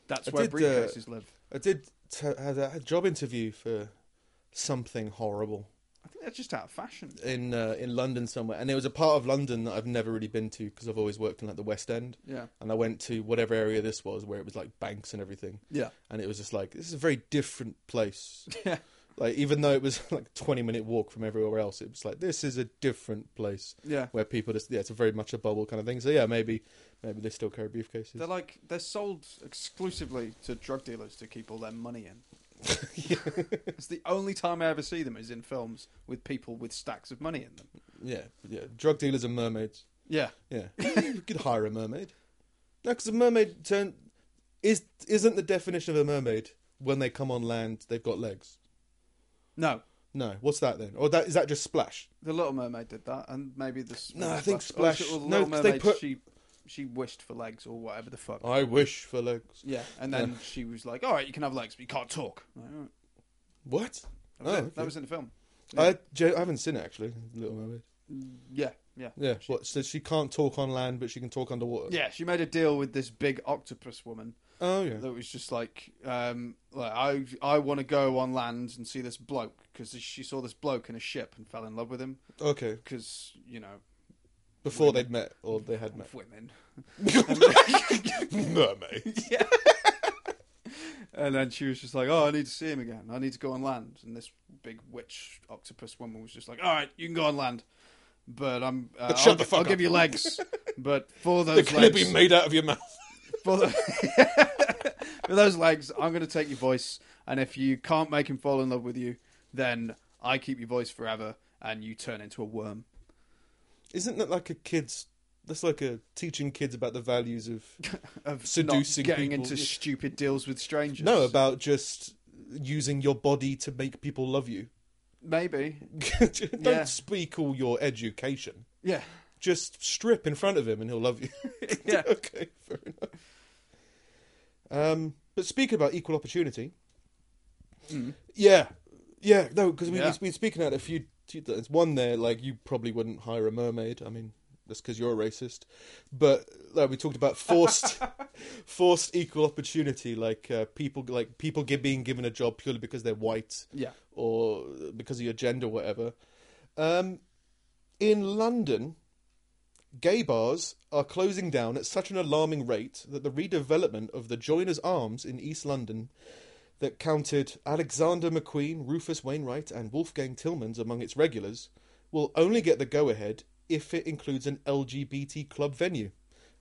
Speaker 1: that's
Speaker 2: I
Speaker 1: where
Speaker 2: did, uh,
Speaker 1: briefcases live.
Speaker 2: I did t- had a, had a job interview for something horrible
Speaker 1: I think they're just out of fashion.
Speaker 2: in uh, in London somewhere, and it was a part of London that I've never really been to because I've always worked in like the West End,
Speaker 1: Yeah,
Speaker 2: and I went to whatever area this was where it was like banks and everything,
Speaker 1: yeah,
Speaker 2: and it was just like this is a very different
Speaker 1: *laughs*
Speaker 2: place.
Speaker 1: yeah.
Speaker 2: like even though it was *laughs* like a twenty minute walk from everywhere else, it was like this is a different place.
Speaker 1: Yeah.
Speaker 2: where people just yeah, it's a very much a bubble kind of thing. So yeah, maybe maybe they still carry briefcases.
Speaker 1: They're like they're sold exclusively to drug dealers to keep all their money
Speaker 2: *laughs*
Speaker 1: in. it's the only time I ever see them is in films with people with stacks of money in them.
Speaker 2: yeah, yeah, drug dealers and mermaids.
Speaker 1: Yeah, *laughs*
Speaker 2: Yeah, you could hire a mermaid. No, because a mermaid turn is isn't the definition of a mermaid when they come on land they've got legs.
Speaker 1: no,
Speaker 2: No, what's that then? Or that is that just splash?
Speaker 1: The Little Mermaid did that, and maybe the s-
Speaker 2: No, I think Splash-
Speaker 1: or the
Speaker 2: no,
Speaker 1: Little
Speaker 2: 'cause they
Speaker 1: Mermaid,
Speaker 2: put- Oh,
Speaker 1: she she wished for legs or whatever the fuck.
Speaker 2: I wish for legs.
Speaker 1: Yeah, and then she was like, "All right, you can have legs, but you can't talk." Like, all right.
Speaker 2: What?
Speaker 1: That was,
Speaker 2: Oh,
Speaker 1: it.
Speaker 2: okay.
Speaker 1: that was in the film.
Speaker 2: I, Jo- I haven't seen it actually. Little Mermaid.
Speaker 1: Yeah, yeah,
Speaker 2: Yeah. What? So she can't talk on land, but she can talk underwater.
Speaker 1: yeah. She made a deal with this big octopus woman
Speaker 2: Oh yeah.
Speaker 1: that was just like, um, like I I want to go on land and see this bloke because she saw this bloke in a ship and fell in love with him
Speaker 2: Okay.
Speaker 1: because you know
Speaker 2: Before they'd met or they had
Speaker 1: *laughs*
Speaker 2: met.
Speaker 1: women.
Speaker 2: *laughs* Mermaid.
Speaker 1: And then she was just like, "Oh, I need to see him again. I need to go on land." And this big witch octopus woman was just like, "All right, you can go on land, but I'm. Uh,
Speaker 2: But
Speaker 1: I'll,
Speaker 2: shut the fuck
Speaker 1: I'll
Speaker 2: up."
Speaker 1: give you
Speaker 2: *laughs*
Speaker 1: legs, but for
Speaker 2: They're
Speaker 1: those
Speaker 2: gonna
Speaker 1: legs,
Speaker 2: be made out of your mouth.
Speaker 1: for, the, *laughs* for those legs, I'm going to take your voice. And if you can't make him fall in love with you, then I keep your voice forever, and you turn into a worm."
Speaker 2: Isn't that like a kid's? That's like a teaching kids about the
Speaker 1: *laughs*
Speaker 2: values of
Speaker 1: Of
Speaker 2: Seducing
Speaker 1: not getting
Speaker 2: people.
Speaker 1: into stupid deals with strangers.
Speaker 2: no about just using your body to make people love you. *laughs*
Speaker 1: Maybe.
Speaker 2: Don't
Speaker 1: Yeah.
Speaker 2: speak all your education.
Speaker 1: Yeah.
Speaker 2: Just strip in front of him and he'll love you. *laughs*
Speaker 1: *laughs* Yeah.
Speaker 2: okay, fair enough. Um, but speaking about equal opportunity,
Speaker 1: Mm.
Speaker 2: Yeah, yeah, no, because we,
Speaker 1: Yeah.
Speaker 2: we've been speaking out a few. few- There's one there, like you probably wouldn't hire a mermaid. I mean, that's because you're a racist. But like, we talked
Speaker 1: *laughs*
Speaker 2: about forced, forced equal opportunity, like uh, people, like people get, being given a job purely because they're white
Speaker 1: Yeah.
Speaker 2: or because of your gender, whatever. Um, in London, gay bars are closing down at such an alarming rate that the redevelopment of the Joiners Arms in East London, that counted Alexander McQueen, Rufus Wainwright, and Wolfgang Tillmans among its regulars, will only get the go ahead if it includes an LGBT club venue.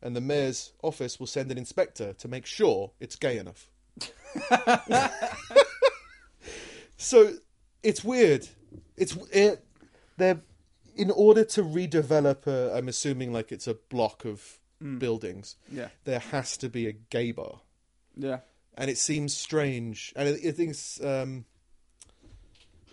Speaker 2: And the mayor's office will send an inspector to make sure it's gay enough. So it's weird. It's it, they're in order to redevelop. A, I'm assuming like it's a block of buildings.
Speaker 1: Yeah.
Speaker 2: There has to be a gay bar,
Speaker 1: Yeah.
Speaker 2: and it seems strange. And it, it thinks. Um,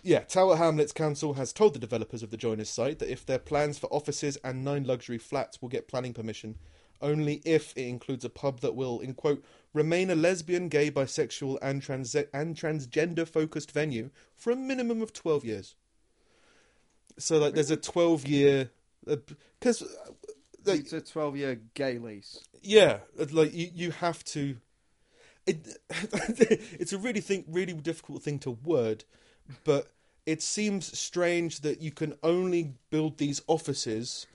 Speaker 2: yeah, Tower Hamlets Council has told the developers of the Joiners site that if their plans for offices and nine luxury flats will get planning permission, only if it includes a pub that will, in quote, remain a lesbian, gay, bisexual, and, trans- and transgender focused venue for a minimum of 12 years. So, like, there's a 12 year. Because, like,
Speaker 1: it's a 12 year gay lease.
Speaker 2: yeah, it's like, you, you have to. It, *laughs* it's a really thing, really difficult thing to word, but it seems strange that you can only build these offices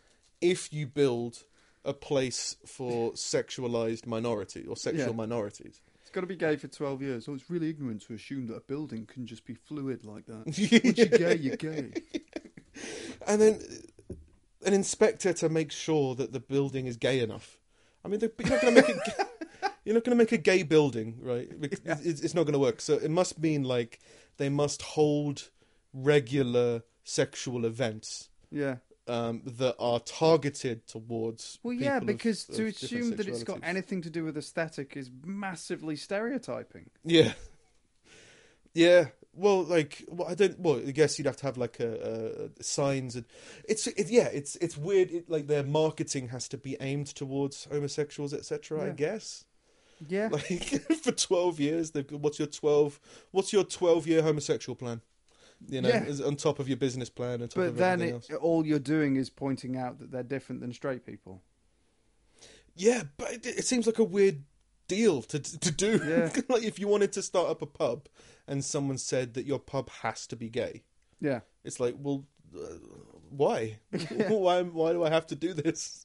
Speaker 2: if you build a place for sexualized minority or sexual
Speaker 1: Yeah.
Speaker 2: minorities.
Speaker 1: It's got to be gay for 12 years. Oh, it's really ignorant to assume that a building can just be fluid like *laughs* that. Once you're gay, you're gay.
Speaker 2: And then uh, an inspector to make sure that the building is gay enough. I mean, they're- you're not going to make it. ga- *laughs* You're not going to make a gay building,
Speaker 1: *laughs*
Speaker 2: right? Bec- It's it's not going to work. So it must mean like they must hold regular sexual events
Speaker 1: Yeah.
Speaker 2: um, that are targeted towards.
Speaker 1: Well, yeah,
Speaker 2: people of-
Speaker 1: because
Speaker 2: of
Speaker 1: to
Speaker 2: different
Speaker 1: assume that it's got
Speaker 2: sexualities.
Speaker 1: anything to do with aesthetic is massively stereotyping.
Speaker 2: Yeah. Yeah. Well, like, well, I don't. Well, I guess you'd have to have like a, a signs and it's it, yeah, it's it's weird. It, like their marketing has to be aimed towards homosexuals, etc. I
Speaker 1: Yeah.
Speaker 2: guess. *laughs*
Speaker 1: Yeah.
Speaker 2: Like *laughs* for twelve years, they've got, what's your twelve? What's your twelve year homosexual plan? You know,
Speaker 1: Yeah.
Speaker 2: is on top of your business plan, on top
Speaker 1: but
Speaker 2: of
Speaker 1: then
Speaker 2: everything
Speaker 1: it,
Speaker 2: else.
Speaker 1: all you're doing is pointing out that they're different than straight people.
Speaker 2: Yeah, but it, it seems like a weird deal to to do.
Speaker 1: Yeah.
Speaker 2: *laughs* like if you wanted to start up a pub and someone said that your pub has to be gay.
Speaker 1: Yeah.
Speaker 2: It's like, well, uh,
Speaker 1: *laughs*
Speaker 2: why? *laughs* why? Why do I have to do this?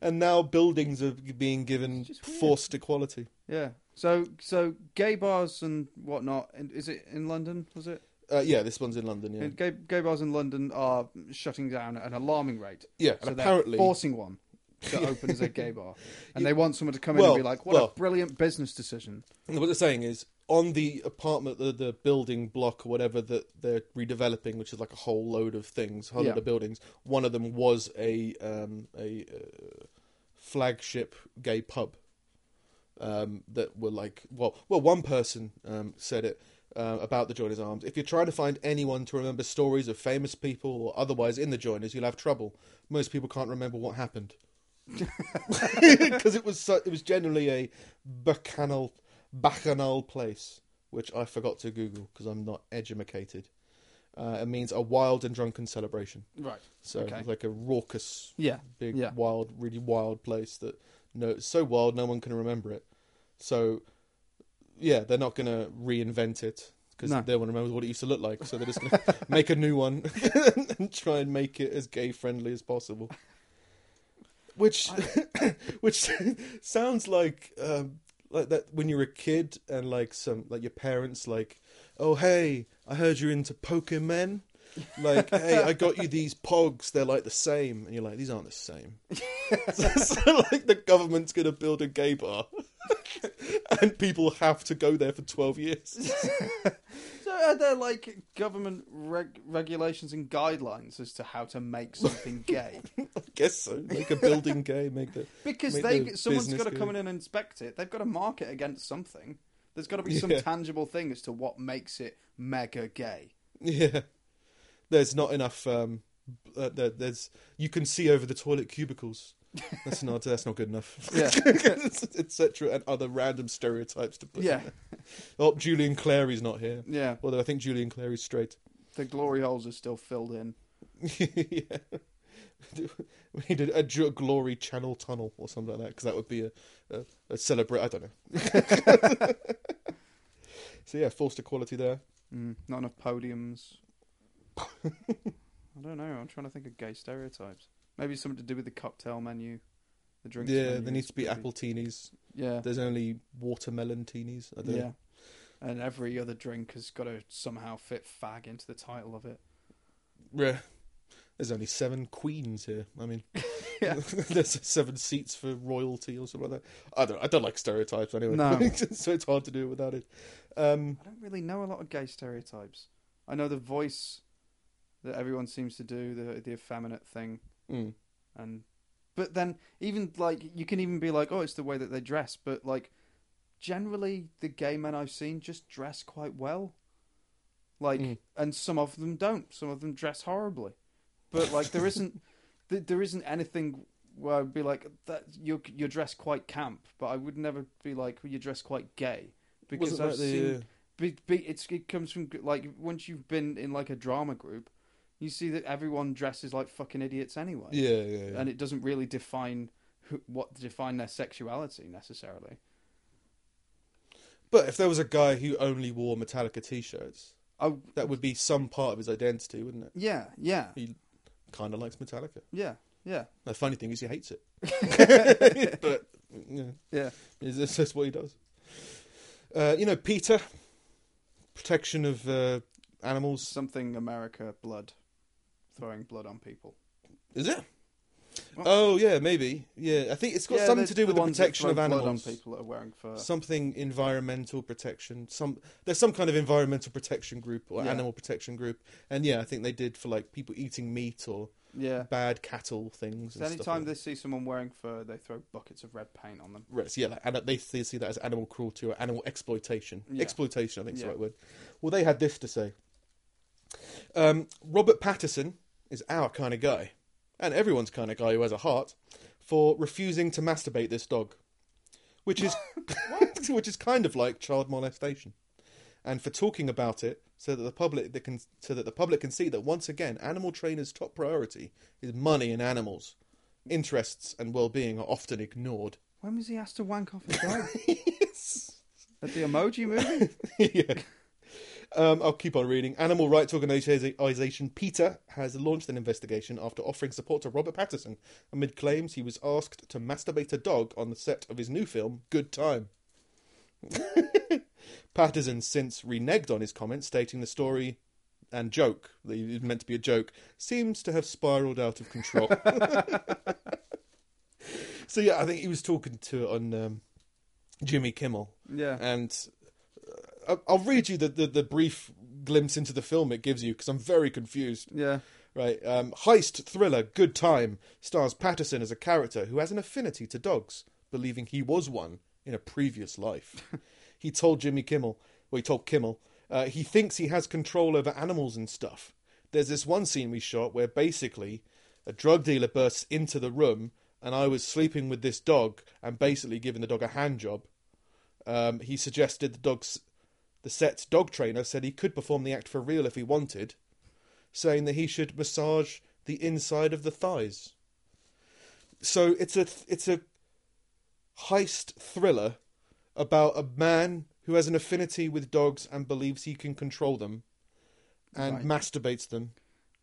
Speaker 2: And now buildings are being given
Speaker 1: just weird.
Speaker 2: forced equality.
Speaker 1: Yeah. So, so gay bars and whatnot. And is it in London? Was it?
Speaker 2: Uh, yeah, this one's in London. Yeah,
Speaker 1: And Gay, gay bars in London are shutting down at an alarming rate.
Speaker 2: yeah.
Speaker 1: So
Speaker 2: and
Speaker 1: they're
Speaker 2: apparently,
Speaker 1: forcing one
Speaker 2: *laughs*
Speaker 1: to open as a gay bar, and
Speaker 2: You-
Speaker 1: they want someone to come
Speaker 2: Well,
Speaker 1: in and be like, "What
Speaker 2: well.
Speaker 1: a brilliant business decision!"
Speaker 2: what they're saying is on the apartment, the, the building block or whatever that they're redeveloping, which is like a whole load of things, whole
Speaker 1: Yeah.
Speaker 2: load of buildings. One of them was a um, a uh, flagship gay pub um, that were like, well, well, one person um, said it uh, about the Joiners Arms. If you're trying to find anyone to remember stories of famous people or otherwise in the Joiners, you'll have trouble. Most people can't remember what happened *laughs* because it was so, it was generally a bacchanal bacchanal place, which I forgot to Google because I'm not edumacated. Uh, it means a wild and drunken celebration.
Speaker 1: Right.
Speaker 2: So
Speaker 1: Okay.
Speaker 2: it's like a raucous
Speaker 1: Yeah.
Speaker 2: big
Speaker 1: Yeah.
Speaker 2: wild really wild place that no it's so wild no one can remember it so yeah they're not gonna reinvent it because
Speaker 1: No.
Speaker 2: no. one remembers what it used to look like so
Speaker 1: *laughs*
Speaker 2: they're just gonna make a new one *laughs* and try and make it as gay friendly as possible which which *laughs* sounds like um like that when you're a kid and like some like your parents like oh hey i heard you're into pokemon like hey i got you these pogs they're like the same and you're like these aren't the same *laughs* so, so, like the government's gonna build a gay bar *laughs* and people have to go there for 12 years *laughs*
Speaker 1: So are there like government reg- regulations and guidelines as to how to make
Speaker 2: *laughs*
Speaker 1: something gay?
Speaker 2: i guess so make a building gay make the
Speaker 1: Because
Speaker 2: Make
Speaker 1: they
Speaker 2: the
Speaker 1: someone's
Speaker 2: business
Speaker 1: got to come
Speaker 2: gay.
Speaker 1: in and inspect it. They've got to mark it against something. There's got to be some
Speaker 2: Yeah.
Speaker 1: tangible thing as to what makes it mega gay.
Speaker 2: yeah there's not enough. Um, uh, there, there's you can see over the toilet cubicles. That's not that's not good enough. *laughs*
Speaker 1: Yeah.
Speaker 2: etc. And other random stereotypes to put. in
Speaker 1: Yeah.
Speaker 2: there. Oh, Julian Clary's not here.
Speaker 1: Yeah.
Speaker 2: Although I think Julian Clary's straight. *laughs*
Speaker 1: The glory holes are still filled in.
Speaker 2: yeah. *laughs* We need a, a Ju- glory channel tunnel or something like that because that would be a, a, a celebrate. I don't know.
Speaker 1: *laughs*
Speaker 2: so yeah, forced equality there.
Speaker 1: Mm, not enough
Speaker 2: *laughs*
Speaker 1: podiums. I don't know. I'm trying to think of gay stereotypes. Maybe it's something to do with the cocktail menu, the drinks.
Speaker 2: yeah,
Speaker 1: menu.
Speaker 2: there needs to be
Speaker 1: Could
Speaker 2: apple teenies.
Speaker 1: Yeah,
Speaker 2: There's only watermelon teenies. I don't
Speaker 1: yeah.
Speaker 2: know.
Speaker 1: And every other drink has got to somehow fit "fag" into the title of it.
Speaker 2: Yeah. There's only seven queens here.
Speaker 1: *laughs*
Speaker 2: I mean, *laughs*
Speaker 1: Yeah.
Speaker 2: there's seven seats for royalty or something like that. I don't. I don't like stereotypes anyway.
Speaker 1: No.
Speaker 2: *laughs* so it's hard to do without it. Um,
Speaker 1: I don't really know a lot of gay stereotypes. I know the voice that everyone seems to do, the the effeminate thing,
Speaker 2: mm.
Speaker 1: and but then even like you can even be like, oh, it's the way that they dress, but like generally the gay men I've seen just dress quite well. Like,
Speaker 2: Mm.
Speaker 1: and some of them don't. Some of them dress horribly, but like there
Speaker 2: *laughs*
Speaker 1: isn't th- there isn't anything where I'd be like that you're you're dressed quite camp, but I would never be like well, you're dressed quite gay because
Speaker 2: Wasn't
Speaker 1: I've
Speaker 2: that the,
Speaker 1: seen
Speaker 2: uh,
Speaker 1: be, be, it's, it comes from like once you've been in like a drama group, you see that everyone dresses like fucking idiots anyway,
Speaker 2: yeah, yeah, yeah.
Speaker 1: uh, and it doesn't really define who, what define their sexuality necessarily.
Speaker 2: But if there was a guy who only wore Metallica t-shirts,
Speaker 1: Oh
Speaker 2: that would be some part of his identity, wouldn't it?
Speaker 1: yeah, yeah,
Speaker 2: He kind of likes Metallica.
Speaker 1: yeah, yeah,
Speaker 2: The funny thing is, he hates
Speaker 1: *laughs*
Speaker 2: it. *laughs* but yeah,
Speaker 1: yeah.
Speaker 2: is this *laughs* just what he does? Uh, you know, Peter, protection of uh, animals.
Speaker 1: Something America blood, throwing blood on people.
Speaker 2: Is it?
Speaker 1: What?
Speaker 2: Oh yeah, maybe. Yeah, I think it's got
Speaker 1: Yeah,
Speaker 2: something
Speaker 1: the-
Speaker 2: to do with the
Speaker 1: ones that
Speaker 2: protection
Speaker 1: throw
Speaker 2: of animals.
Speaker 1: Blood on people that are wearing fur.
Speaker 2: something environmental protection some there's some kind of environmental protection group or
Speaker 1: Yeah.
Speaker 2: animal protection group and yeah i think they did for like people eating meat or
Speaker 1: yeah.
Speaker 2: bad cattle things
Speaker 1: So
Speaker 2: and stuff
Speaker 1: anytime
Speaker 2: like
Speaker 1: they see someone wearing fur, they throw buckets of red paint on them.
Speaker 2: that. Right, so yeah like, and they see see that as animal cruelty or animal exploitation
Speaker 1: Yeah.
Speaker 2: exploitation i think is
Speaker 1: Yeah.
Speaker 2: the right word well they had this to say um, robert patterson is our kind of guy and everyone's kind of guy who has a heart for refusing to masturbate this dog
Speaker 1: *laughs*
Speaker 2: which is *laughs* which is kind of like child molestation and for talking about it so that the public that can so that the public can see that once again animal trainers top priority is money and animals interests and well-being are often ignored
Speaker 1: When was he asked to wank *laughs* off his dog? At the emoji movie?
Speaker 2: *laughs* yeah. Um, I'll keep on reading. Animal rights organisation PETA has launched an investigation after offering support to Robert Patterson amid claims he was asked to masturbate a dog on the set of his new film, Good Time. *laughs* Patterson since reneged on his comments, stating the story and joke, that it was meant to be a joke, seems to have spiralled out of control. so, yeah, I think he was talking to it on um, Jimmy Kimmel
Speaker 1: Yeah.
Speaker 2: and uh, I- I'll read you the, the, the brief glimpse into the film it gives you because I'm very confused.
Speaker 1: *laughs* Yeah.
Speaker 2: Right, um, heist thriller Good Time stars Patterson as a character who has an affinity to dogs, believing he was one in a previous life. he told Jimmy Kimmel, well, he told Kimmel, uh, he thinks he has control over animals and stuff. There's this one scene we shot where basically a drug dealer bursts into the room and I was sleeping with this dog and basically giving the dog a hand job. Um, he suggested the dog's the set's dog trainer said he could perform the act for real if he wanted, saying that he should massage the inside of the thighs. So it's a it's a heist thriller about a man who has an affinity with dogs and believes he can control them, and
Speaker 1: Right.
Speaker 2: masturbates them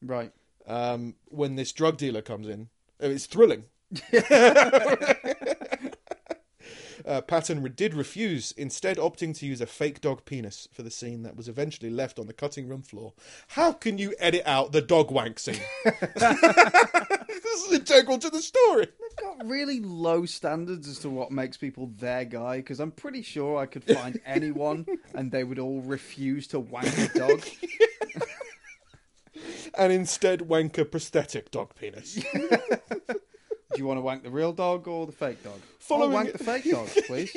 Speaker 1: Right.
Speaker 2: um, when this drug dealer comes in. Uh, It's thrilling. uh, Patton re- did refuse, instead opting to use a fake dog penis for the scene that was eventually left on the cutting room floor. How can you edit out the dog wank scene? *laughs* this is integral to the story.
Speaker 1: They've got really low standards as to what makes people their guy because I'm pretty sure I could *laughs* find anyone and they would all refuse to wank a dog.
Speaker 2: And instead wank a prosthetic dog penis.
Speaker 1: Do you want to wank the real dog or the fake dog?
Speaker 2: Following
Speaker 1: I'll wank
Speaker 2: it-
Speaker 1: the fake dog, please.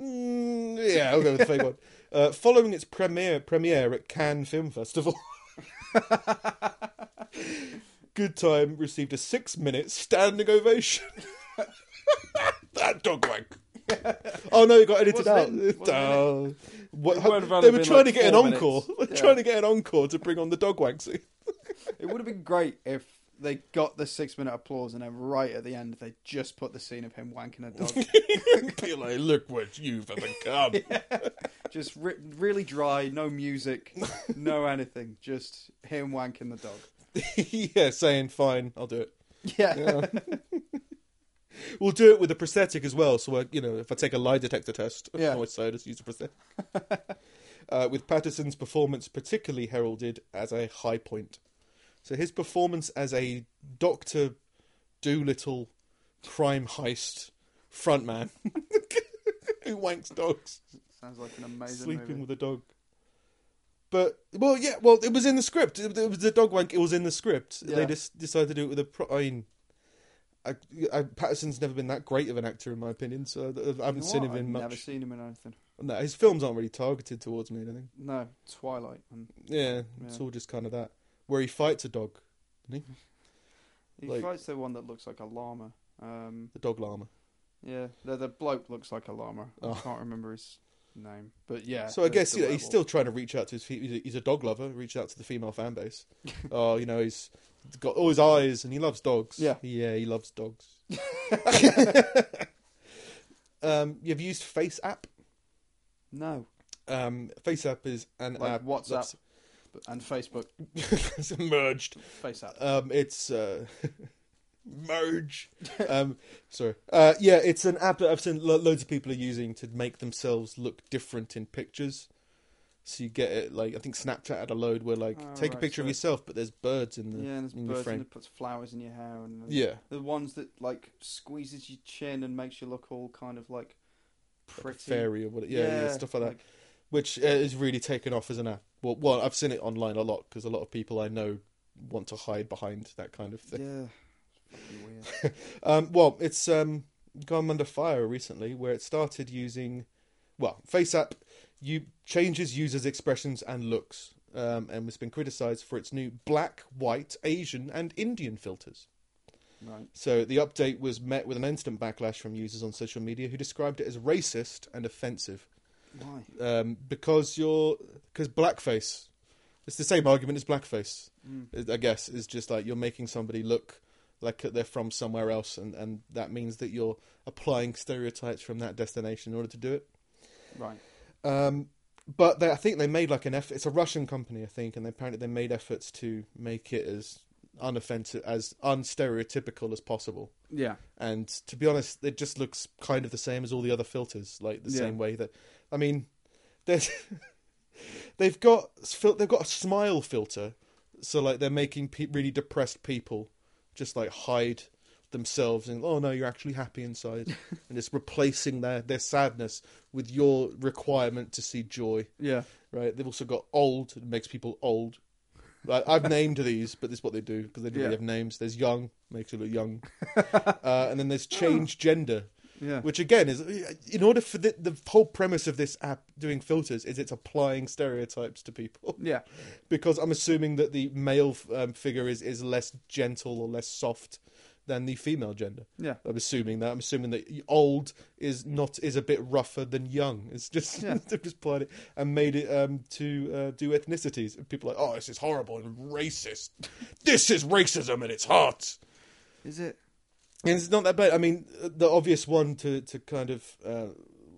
Speaker 2: Mm, yeah, I'll go with the fake one. uh, following its premiere premiere at Cannes Film Festival. *laughs* Good Time received a six-minute standing ovation. *laughs* that dog wank. oh no, it got edited
Speaker 1: Wasn't
Speaker 2: out.
Speaker 1: it? Wasn't it?
Speaker 2: Oh. What-
Speaker 1: It would've rather
Speaker 2: they were
Speaker 1: been
Speaker 2: trying
Speaker 1: like
Speaker 2: to get an
Speaker 1: four
Speaker 2: encore.
Speaker 1: minutes.
Speaker 2: They're
Speaker 1: Yeah.
Speaker 2: trying to get an encore to bring on the dog wank scene.
Speaker 1: *laughs*
Speaker 2: *laughs*
Speaker 1: It would have been great if they got the six minute applause and then right at the end they just put the scene of him wanking a dog. *laughs*
Speaker 2: Be like, look what you've become.
Speaker 1: just re- really dry, no music, no anything. Just him wanking the dog.
Speaker 2: *laughs* yeah, saying fine, I'll do it.
Speaker 1: Yeah.
Speaker 2: We'll do it with a prosthetic as well. So, uh, you know, if I take a lie detector test, *laughs*
Speaker 1: Yeah.
Speaker 2: I always say I just use a prosthetic. *laughs* uh, with Patterson's performance particularly heralded as a high point. So his performance as a Doctor Doolittle crime heist frontman *laughs* who wanks dogs
Speaker 1: Sounds like an amazing
Speaker 2: sleeping
Speaker 1: movie.
Speaker 2: with a dog. But well, yeah, well, it was in the script. It, it was the dog wank. It was in the script.
Speaker 1: Yeah.
Speaker 2: They just decided to do it with a. Pro- I mean, I, I, Patterson's never been that great of an actor, in my opinion. So I haven't
Speaker 1: You know
Speaker 2: seen
Speaker 1: what?
Speaker 2: him in
Speaker 1: I've Never
Speaker 2: much.
Speaker 1: seen him in anything.
Speaker 2: No, his films aren't really targeted towards me. I don't think.
Speaker 1: No, Twilight. And
Speaker 2: Yeah, it's
Speaker 1: Yeah.
Speaker 2: all just kind of that where he fights a dog,
Speaker 1: he
Speaker 2: Like-
Speaker 1: fights the one that looks like a llama. Um,
Speaker 2: the dog llama.
Speaker 1: yeah, the, the bloke looks like a llama.
Speaker 2: Oh.
Speaker 1: I can't remember his name, but yeah.
Speaker 2: so I
Speaker 1: the-
Speaker 2: guess
Speaker 1: the
Speaker 2: you know, he's
Speaker 1: werewolf.
Speaker 2: still trying to reach out to his. fe- He's a, he's a dog lover. Reach out to the female
Speaker 1: *laughs*
Speaker 2: fan base. oh, you know, he's got all his eyes, and he loves dogs.
Speaker 1: Yeah.
Speaker 2: yeah, he
Speaker 1: *laughs*
Speaker 2: loves dogs. *laughs* um, you've used Face app.
Speaker 1: no
Speaker 2: Um, Face app is an
Speaker 1: Like
Speaker 2: app
Speaker 1: WhatsApp. but- and Facebook
Speaker 2: that's *laughs* merged.
Speaker 1: face app.
Speaker 2: Um, it's uh, *laughs* merge. Um, sorry. Uh, yeah, it's an app that I've seen lo- loads of people are using to make themselves look different in pictures. So you get it like I think Snapchat had a load where like
Speaker 1: Oh,
Speaker 2: take a
Speaker 1: right,
Speaker 2: picture of
Speaker 1: so-
Speaker 2: yourself, but there's birds *laughs* in the
Speaker 1: Yeah, and there's
Speaker 2: in your
Speaker 1: birds
Speaker 2: frame.
Speaker 1: and it puts flowers in your hair and
Speaker 2: yeah.
Speaker 1: the ones that like squeezes your chin and makes you look all kind of like
Speaker 2: like a
Speaker 1: pretty.
Speaker 2: fairy or what? Yeah, yeah, stuff like that.
Speaker 1: like-
Speaker 2: which uh, is really taken off as an app. Well, well I've seen it online a lot because a lot of people I know want to hide behind that kind of thing.
Speaker 1: yeah. It's fucking
Speaker 2: *laughs*
Speaker 1: weird.
Speaker 2: Um, well, it's um, gone under fire recently, where it started using, well, FaceApp you changes users' expressions and looks, um, and has been criticised for its new black, white, Asian, and Indian filters.
Speaker 1: Right.
Speaker 2: So the update was met with an instant backlash from users on social media who described it as racist and offensive.
Speaker 1: Why?
Speaker 2: um, because you're because blackface. It's the same argument as blackface.
Speaker 1: Mm.
Speaker 2: I guess is just like you're making somebody look like they're from somewhere else, and and that means that you're applying stereotypes from that destination in order to do it.
Speaker 1: Right.
Speaker 2: Um, but they, I think they made like an effort. It's a Russian company, I think, and they, apparently they made efforts to make it as unoffensive, as unstereotypical as possible
Speaker 1: Yeah.
Speaker 2: and to be honest, it just looks kind of the same as all the other filters, like the
Speaker 1: Yeah.
Speaker 2: same way that I mean, there's *laughs* they've got fil- they've got a smile filter, so like they're making pe- really depressed people just like hide themselves and oh no, you're actually happy inside, and it's replacing their their sadness with your requirement to see joy.
Speaker 1: Yeah.
Speaker 2: Right? They've also got old, it makes people old. Like, I've named these, but this is what they do because they don't
Speaker 1: Yeah.
Speaker 2: really have names. There's young, makes you look
Speaker 1: *laughs*
Speaker 2: young, uh, and then there's change gender,
Speaker 1: Yeah.
Speaker 2: which again is in order for the, the whole premise of this app doing filters is it's applying stereotypes to people
Speaker 1: Yeah.
Speaker 2: because I'm assuming that the male um, figure is is less gentle or less soft than the female gender.
Speaker 1: Yeah.
Speaker 2: I'm assuming that. I'm assuming that old is not is a bit rougher than young. It's just
Speaker 1: Yeah.
Speaker 2: *laughs* they've just applied it and made it um, to uh, do ethnicities. And people are like, oh, this is horrible and racist. this is racism in its heart.
Speaker 1: Is it?
Speaker 2: And it's not that bad. I mean, the obvious one to to kind of. Uh,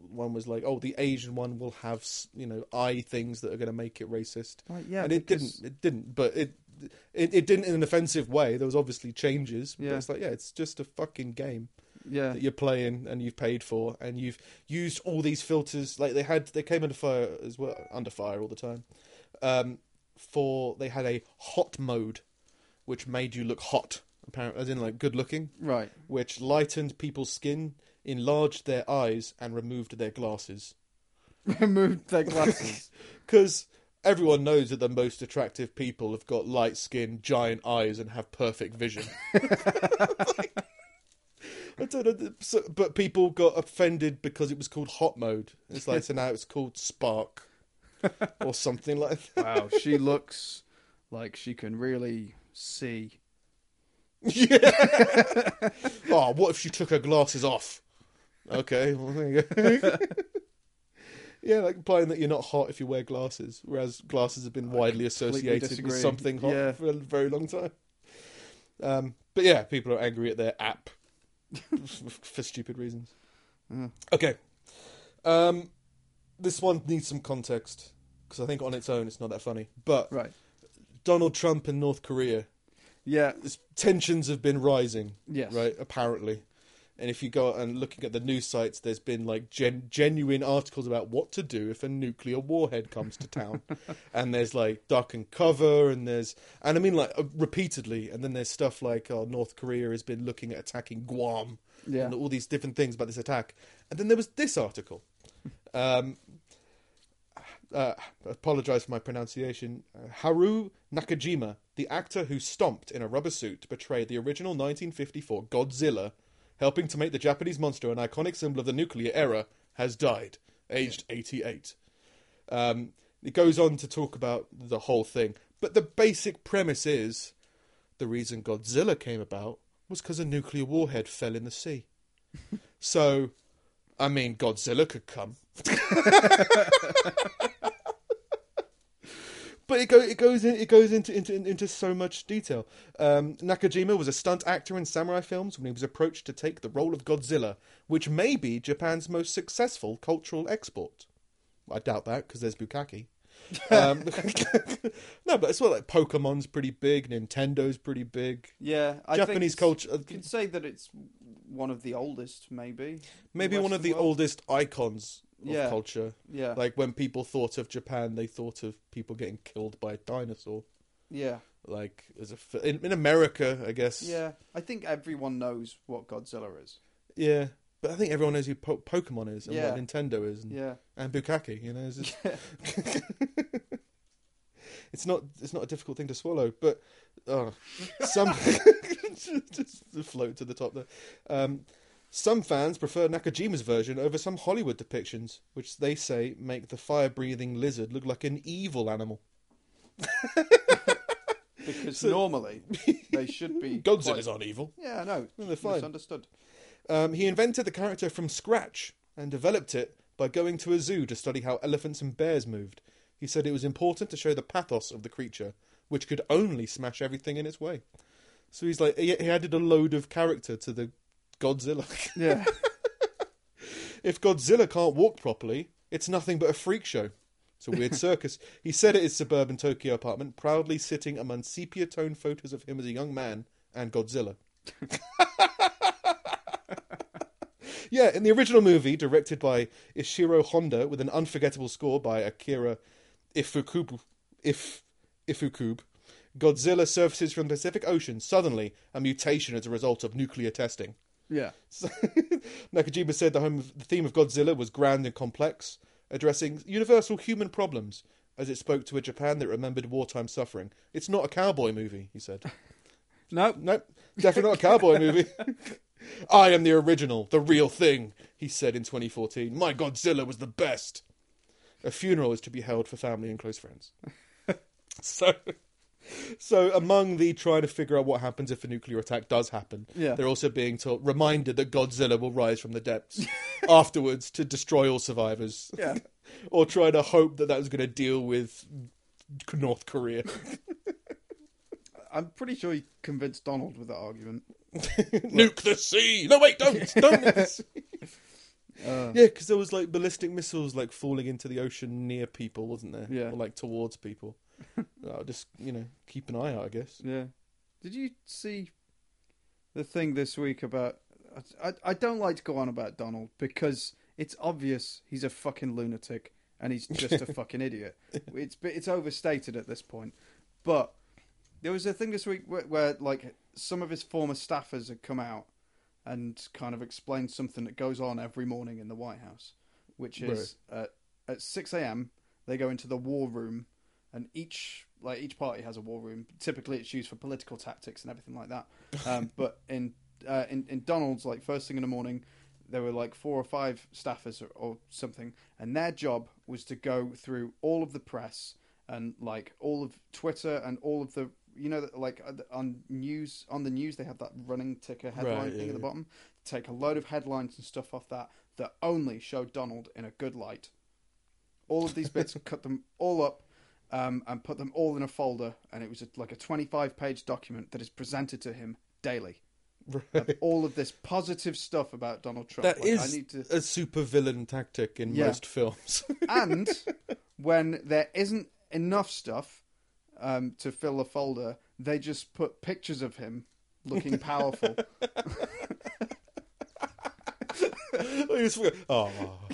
Speaker 2: one was like, oh, the Asian one will have, s- you know, eye things that are going to make it racist
Speaker 1: Right, yeah.
Speaker 2: and it
Speaker 1: because-
Speaker 2: didn't. It didn't. But it, it it didn't in an offensive way. There was obviously changes. But
Speaker 1: Yeah.
Speaker 2: it's like yeah, it's just a fucking game
Speaker 1: Yeah.
Speaker 2: that you're playing and you've paid for and you've used all these filters. Like they had, they came under fire as well, under fire all the time. Um, for they had a hot mode, which made you look hot, apparently, as in like good looking,
Speaker 1: Right. *laughs*
Speaker 2: which lightened people's skin, enlarged their eyes, and removed their glasses
Speaker 1: Removed their glasses.
Speaker 2: because everyone knows that the most attractive people have got light skin, giant eyes, and have perfect vision. I don't know, th- so, but people got offended because it was called hot mode. It's like so now it's called spark. or something like that.
Speaker 1: Wow, she looks like she can really see.
Speaker 2: *laughs* Yeah. oh, what if she took her glasses off? Okay, *laughs* well, there you go. *laughs* yeah, like implying that you're not hot if you wear glasses, whereas glasses have been widely associated with
Speaker 1: disagree.
Speaker 2: something hot
Speaker 1: Yeah.
Speaker 2: for a very long time. Um, but yeah, people are angry at their
Speaker 1: *laughs*
Speaker 2: app f- for stupid reasons.
Speaker 1: Mm.
Speaker 2: Okay. Um, this one needs some context because I think on its own it's not that funny. But
Speaker 1: Right.
Speaker 2: Donald Trump and North Korea,
Speaker 1: Yeah.
Speaker 2: this- tensions have been rising
Speaker 1: Yes.
Speaker 2: right? Apparently, and if you go out and looking at the news sites, there's been like gen- genuine articles about what to do if a nuclear warhead comes
Speaker 1: *laughs*
Speaker 2: to town, and there's like duck and cover, and there's and I mean like uh, repeatedly, and then there's stuff like oh, North Korea has been looking at attacking Guam,
Speaker 1: Yeah.
Speaker 2: and all these different things about this attack, and then there was this article. Um, uh, apologize for my pronunciation. Uh, Haru Nakajima, the actor who stomped in a rubber suit to portray the original 1954 Godzilla, helping to make the Japanese monster an iconic symbol of the nuclear era, has died, aged 88. Um, it goes on to talk about the whole thing, but the basic premise is the reason Godzilla came about was because a nuclear warhead fell in the sea. so, I mean, Godzilla could come. But it, go, it goes in, it goes into into into so much detail. Um, Nakajima was a stunt actor in samurai films when he was approached to take the role of Godzilla, which may be Japan's most successful cultural export. I doubt that because
Speaker 1: *laughs*
Speaker 2: there's bukkake. um, *laughs* no, but it's well like Pokemon's pretty big, Nintendo's pretty big.
Speaker 1: Yeah. I think
Speaker 2: Japanese
Speaker 1: it's-
Speaker 2: culture, uh,
Speaker 1: You could say that it's one of the oldest, maybe. in
Speaker 2: maybe one of
Speaker 1: Western
Speaker 2: the
Speaker 1: world.
Speaker 2: oldest icons of
Speaker 1: Yeah.
Speaker 2: culture.
Speaker 1: Yeah.
Speaker 2: Like when people thought of Japan, they thought of people getting killed by a dinosaur.
Speaker 1: yeah.
Speaker 2: like as a fi- in, in America, I guess.
Speaker 1: Yeah. I think everyone knows what Godzilla is.
Speaker 2: yeah. But I think everyone knows who po- Pokemon is and
Speaker 1: Yeah.
Speaker 2: what Nintendo is and, *laughs*
Speaker 1: Yeah.
Speaker 2: and Bukaki. You know, it's, just- *laughs* it's not it's not a difficult thing to swallow, but uh,
Speaker 1: *laughs*
Speaker 2: some *laughs* just float to the top there. Um, some fans prefer Nakajima's version over some Hollywood depictions, which they say make the fire-breathing lizard look like an evil animal.
Speaker 1: Because normally they should
Speaker 2: *laughs*
Speaker 1: be.
Speaker 2: Godzilla's aren't evil.
Speaker 1: quite- Yeah, no.
Speaker 2: No, they're fine.
Speaker 1: Misunderstood.
Speaker 2: Um, he invented the character from scratch and developed it by going to a zoo to study how elephants and bears moved. He said it was important to show the pathos of the creature, which could only smash everything in its way. So he's like, he, he added a load of character to the Godzilla. *laughs*
Speaker 1: *laughs* Yeah.
Speaker 2: if Godzilla can't walk properly, it's nothing but a freak show. It's a weird circus. He said at his suburban Tokyo apartment, proudly sitting among sepia toned photos of him as a young man and Godzilla. *laughs* yeah, in the original movie, directed by Ishiro Honda, with an unforgettable score by Akira Ifukube, if, Ifukube, Godzilla surfaces from the Pacific Ocean, suddenly a mutation as a result of nuclear testing.
Speaker 1: yeah.
Speaker 2: So, *laughs* Nakajima said the, home of, the theme of Godzilla was grand and complex, addressing universal human problems as it spoke to a Japan that remembered wartime suffering. It's not a cowboy movie, he said.
Speaker 1: No.
Speaker 2: nope, definitely not a cowboy movie. *laughs* I am the original, the real thing, he said in 2014. My Godzilla was the best. A funeral is to be held for family and close friends. *laughs* so, so among the trying to figure out what happens if a nuclear attack does happen,
Speaker 1: Yeah.
Speaker 2: they're also being told, reminded that Godzilla will rise from the depths *laughs* afterwards to destroy all survivors.
Speaker 1: Yeah.
Speaker 2: *laughs* or try to hope that that was going to deal with North Korea. *laughs*
Speaker 1: I'm pretty sure you convinced Donald with that argument.
Speaker 2: Nuke the sea. No, wait, don't, don't nuke the sea.
Speaker 1: Uh,
Speaker 2: Yeah, because there was like ballistic missiles like falling into the ocean near people, wasn't there?
Speaker 1: Yeah.
Speaker 2: or like
Speaker 1: *laughs*
Speaker 2: towards people. I'll just you know keep an eye out, I guess.
Speaker 1: Yeah. Did you see the thing this week about? I, I- I don't like to go on about Donald because it's obvious he's a fucking lunatic and he's just a fucking idiot. It's it's overstated at this point, but there was a thing this week where, where like some of his former staffers had come out and kind of explained something that goes on every morning in the White House, which is uh, at six a.m. they go into the war room and each like each party has a war room. Typically, it's used for political
Speaker 2: *laughs*
Speaker 1: tactics and everything like that. Um, but in, uh, in in Donald's, like first thing in the morning, there were like four or five staffers or, or something, and their job was to go through all of the press and like all of Twitter and all of the you know that, like uh, on news on the news they have that running ticker headline
Speaker 2: Right,
Speaker 1: thing at
Speaker 2: yeah,
Speaker 1: the
Speaker 2: yeah.
Speaker 1: bottom. Take a load of headlines and stuff off that that only show Donald in a good light. All of these
Speaker 2: *laughs*
Speaker 1: bits, cut them all up. Um, and put them all in a folder, and it was a, like a 25-page document that is presented to him daily of all of this positive stuff about Donald Trump.
Speaker 2: That
Speaker 1: Like,
Speaker 2: is
Speaker 1: I need to,
Speaker 2: a supervillain tactic in
Speaker 1: Yeah.
Speaker 2: most films. *laughs*
Speaker 1: and when there isn't enough stuff um, to fill a folder, they just put pictures of him
Speaker 2: *laughs*
Speaker 1: looking powerful.
Speaker 2: I just forgot-
Speaker 1: *laughs*
Speaker 2: oh.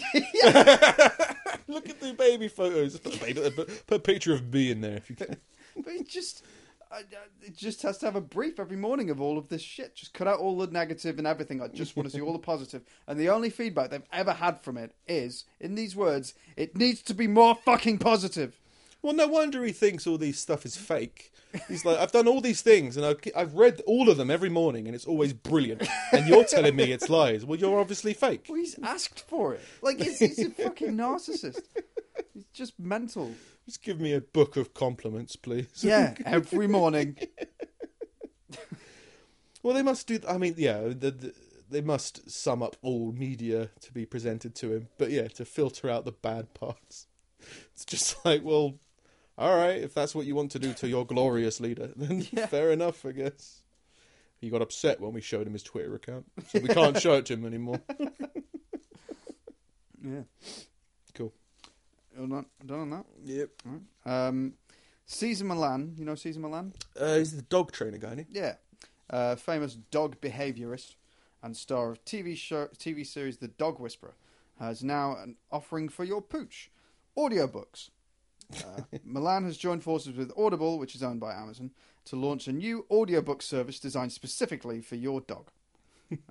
Speaker 2: *laughs* Look at the baby photos. Put, a baby- put- put a picture of me in there if you can.
Speaker 1: but it just, I- I- it just has to have a brief every morning of all of this shit. Just cut out all the negative and everything. I just want to see all the positive. And the only feedback they've ever had from it is, in these words, it needs to be more fucking positive.
Speaker 2: Well, no wonder he thinks all these stuff is fake. He's like, I've done all these things and I've, I've read all of them every morning and it's always brilliant. And you're telling me it's lies. Well, you're obviously fake.
Speaker 1: Well, he's asked for it. Like, he's, he's a fucking narcissist. He's just mental.
Speaker 2: Just give me a book of compliments, please. *laughs*
Speaker 1: Yeah, every morning.
Speaker 2: Well, they must do. I mean, yeah, the, the, they must sum up all media to be presented to him. But yeah, to filter out the bad parts, *laughs* it's just *laughs* like, well, all right, if that's what you want to do to your glorious leader, *laughs* then fair enough, I guess. He got upset when we showed him his Twitter account, so we can't show it to him anymore. *laughs*
Speaker 1: Yeah.
Speaker 2: Cool.
Speaker 1: Well, not done on that.
Speaker 2: Yep.
Speaker 1: All right. Um, Caesar Milan. You know Caesar Milan?
Speaker 2: Uh, he's the dog trainer guy, isn't
Speaker 1: Yeah. Uh, famous dog behaviorist and star of TV show TV series The Dog Whisperer has now an offering for your pooch audiobooks. Uh, Milan has joined forces with Audible, which is owned by Amazon, to launch a new audiobook service designed specifically for your dog.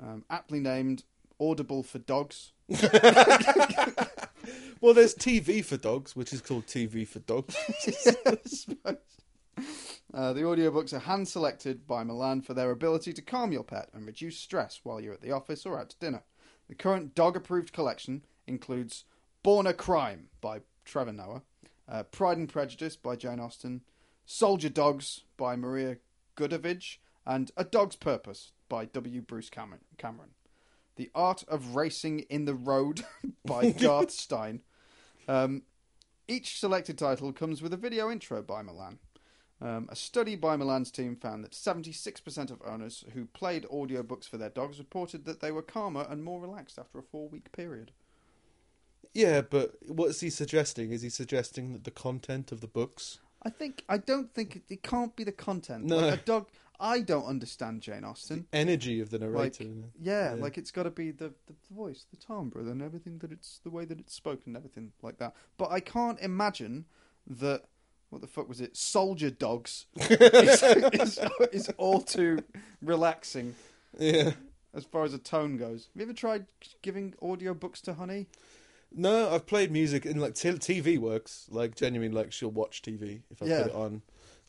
Speaker 1: Um, aptly named Audible for Dogs.
Speaker 2: he? Well, there's TV for dogs, which is called TV for dogs.
Speaker 1: I suppose. *laughs* Uh, the audiobooks are hand selected by Milan for their ability to calm your pet and reduce stress while you're at the office or out to dinner. The current dog approved collection includes Born a Crime by Trevor Noah, uh, Pride and Prejudice by Jane Austen, Soldier Dogs by Maria Gudovich, and A Dog's Purpose by W. Bruce Cameron. Cameron. The Art of Racing in the Road *laughs* by Garth Stein. Um, each selected title comes with a video intro by Milan. Um, a study by Milan's team found that 76% of owners who played audiobooks for their dogs reported that they were calmer and more relaxed after a four week period.
Speaker 2: yeah, but what's he suggesting? Is he suggesting that the content of the books
Speaker 1: I think, I don't think it, it can't be the content.
Speaker 2: No.
Speaker 1: Like a dog, I don't understand Jane Austen.
Speaker 2: energy of the narrator.
Speaker 1: Like,
Speaker 2: isn't it?
Speaker 1: yeah,
Speaker 2: Yeah.
Speaker 1: like it's got to be the, the, the voice, the timbre, and everything that it's the way that it's spoken, everything like that. But I can't imagine that. What the fuck was it? Soldier *laughs* dogs is, is, is all too relaxing
Speaker 2: yeah.
Speaker 1: as far as a tone goes. Have you ever tried giving audiobooks to Honey?
Speaker 2: No, I've played music in like t- TV works. Like genuinely, like she'll watch TV if I
Speaker 1: Yeah.
Speaker 2: put it on.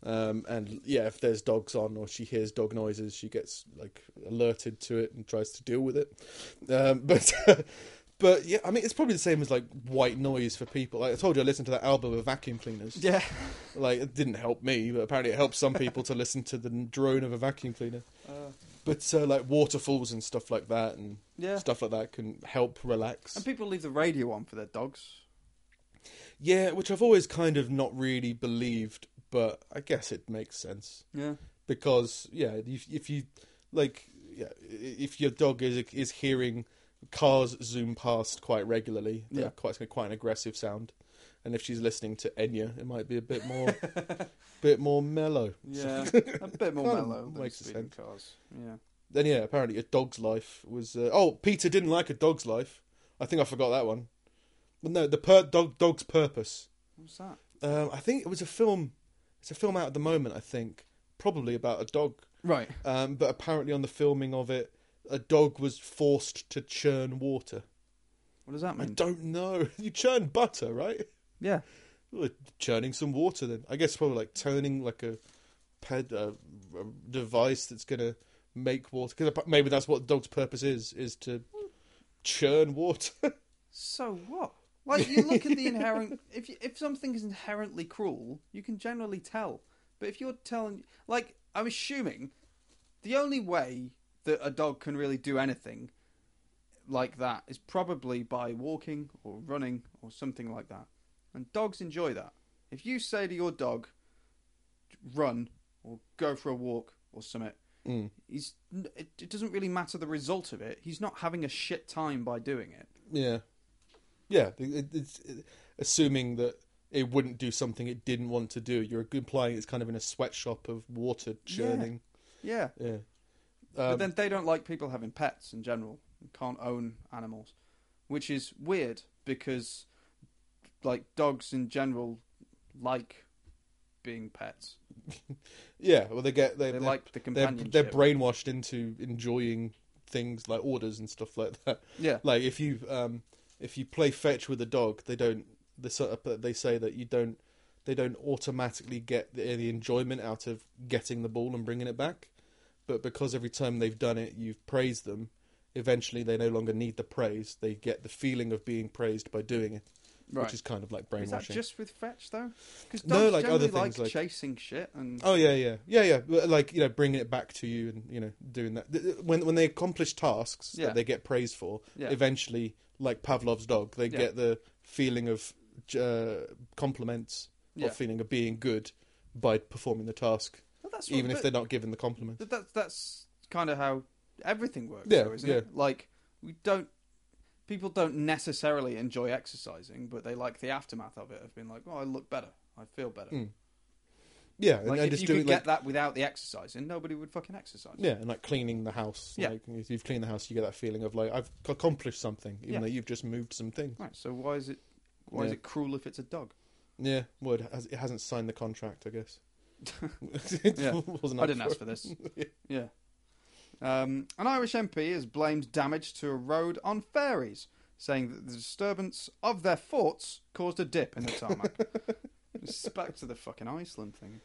Speaker 2: Um, and yeah, if there's dogs on or she hears dog noises, she gets like alerted to it and tries to deal with it. Um, *laughs* but but yeah, I mean it's probably the same as like white noise for people. Like I told you, I listened to that album of vacuum cleaners.
Speaker 1: Yeah.
Speaker 2: Like it didn't help me, but apparently it helps some people to listen to the drone of a vacuum cleaner.
Speaker 1: Uh,
Speaker 2: But uh, like waterfalls and stuff like that, and
Speaker 1: yeah.
Speaker 2: stuff like that can help relax.
Speaker 1: And people leave the radio on for their dogs.
Speaker 2: Yeah, which I've always kind of not really believed, but I guess it makes sense
Speaker 1: Yeah.
Speaker 2: because yeah, if, if you like, yeah, if your dog is is hearing cars zoom past quite regularly, yeah,
Speaker 1: Yeah.
Speaker 2: quite quite an aggressive sound, and if she's listening to Enya, it might be a bit more, *laughs* bit more mellow.
Speaker 1: Yeah. *laughs* a bit more
Speaker 2: Kind of
Speaker 1: mellow than
Speaker 2: makes
Speaker 1: speeding
Speaker 2: sense.
Speaker 1: cars. Yeah.
Speaker 2: Then yeah, apparently a dog's life was. Uh, oh, Peter didn't like a dog's life. I think I forgot that one. But no, the per- dog dog's purpose.
Speaker 1: What's that?
Speaker 2: Um, I think it was a film. It's a film out at the moment. I think probably about a dog.
Speaker 1: Right.
Speaker 2: Um, but apparently, on the filming of it, a dog was forced to churn water.
Speaker 1: What does that
Speaker 2: I
Speaker 1: mean?
Speaker 2: don't know. *laughs* You churn butter, right?
Speaker 1: Yeah.
Speaker 2: Well, churning some water. Then I guess probably like turning like a ped uh, a device that's gonna make water. Because maybe that's what the dog's purpose is: is to churn water. *laughs*
Speaker 1: So what? Like you look at the inherent. If you, if something is inherently cruel, you can generally tell. But if you're telling, like, I'm assuming, the only way that a dog can really do anything like that is probably by walking or running or something like that. And dogs enjoy that. If you say to your dog, run or go for a walk or something,
Speaker 2: Mm.
Speaker 1: he's it, it doesn't really matter the result of it. He's not having a shit time by doing it.
Speaker 2: Yeah, yeah. It, it's it- assuming that it wouldn't do something it didn't want to do. You're implying it's kind of in a sweatshop of water churning.
Speaker 1: Yeah.
Speaker 2: Yeah.
Speaker 1: but
Speaker 2: Um,
Speaker 1: then they don't like people having pets in general and can't own animals, which is weird because like dogs in general like being pets.
Speaker 2: yeah. Well, they get they,
Speaker 1: They
Speaker 2: they
Speaker 1: like the
Speaker 2: they're,
Speaker 1: companionship.
Speaker 2: they're brainwashed into enjoying things like orders and stuff like that.
Speaker 1: yeah.
Speaker 2: like if you um if you play fetch with a dog they don't they sort of they say that you don't they don't automatically get the, the enjoyment out of getting the ball and bringing it back but because every time they've done it you've praised them eventually they no longer need the praise they get the feeling of being praised by doing it
Speaker 1: Right.
Speaker 2: which is kind of like
Speaker 1: Is that
Speaker 2: brainwashing
Speaker 1: just with fetch though? Because dogs
Speaker 2: No, like
Speaker 1: generally
Speaker 2: other things,
Speaker 1: like,
Speaker 2: like-
Speaker 1: chasing shit and
Speaker 2: Oh yeah, yeah, yeah, yeah. But, Like you know, bringing it back to you and you know doing that. Th- th- When when they accomplish tasks
Speaker 1: Yeah.
Speaker 2: that they get praised for,
Speaker 1: Yeah.
Speaker 2: eventually, like Pavlov's dog, they
Speaker 1: Yeah.
Speaker 2: get the feeling of uh, compliments
Speaker 1: Yeah.
Speaker 2: or feeling of being good by performing the task,
Speaker 1: Well, that's what-
Speaker 2: even if
Speaker 1: but-
Speaker 2: they're not given the compliment.
Speaker 1: But that's that's kind of how everything works,
Speaker 2: Yeah,
Speaker 1: though, isn't
Speaker 2: yeah.
Speaker 1: it? Like we don't, people don't necessarily enjoy exercising, but they like the aftermath of it. Of being like, oh, I look better, I feel better.
Speaker 2: Mm. Yeah, and,
Speaker 1: Like
Speaker 2: and
Speaker 1: if
Speaker 2: just
Speaker 1: you
Speaker 2: doing
Speaker 1: could
Speaker 2: like
Speaker 1: get that without the exercising, nobody would fucking exercise.
Speaker 2: yeah, and like cleaning the house.
Speaker 1: Yeah.
Speaker 2: like, if you've cleaned the house, you get that feeling of like I've accomplished something, even
Speaker 1: Yeah.
Speaker 2: though you've just moved some things.
Speaker 1: Right. So why is it why is
Speaker 2: Yeah.
Speaker 1: it cruel if it's a dog?
Speaker 2: Yeah, well, it, has, it hasn't signed the contract, I guess.
Speaker 1: *laughs* Yeah.
Speaker 2: *laughs* wasn't
Speaker 1: I
Speaker 2: up
Speaker 1: didn't
Speaker 2: for
Speaker 1: ask
Speaker 2: it.
Speaker 1: for
Speaker 2: *laughs*
Speaker 1: this. yeah. Um, an Irish MP has blamed damage to a road on ferries, saying that the disturbance of their forts caused a dip in the
Speaker 2: *laughs*
Speaker 1: tarmac. it's back to the fucking Iceland thing.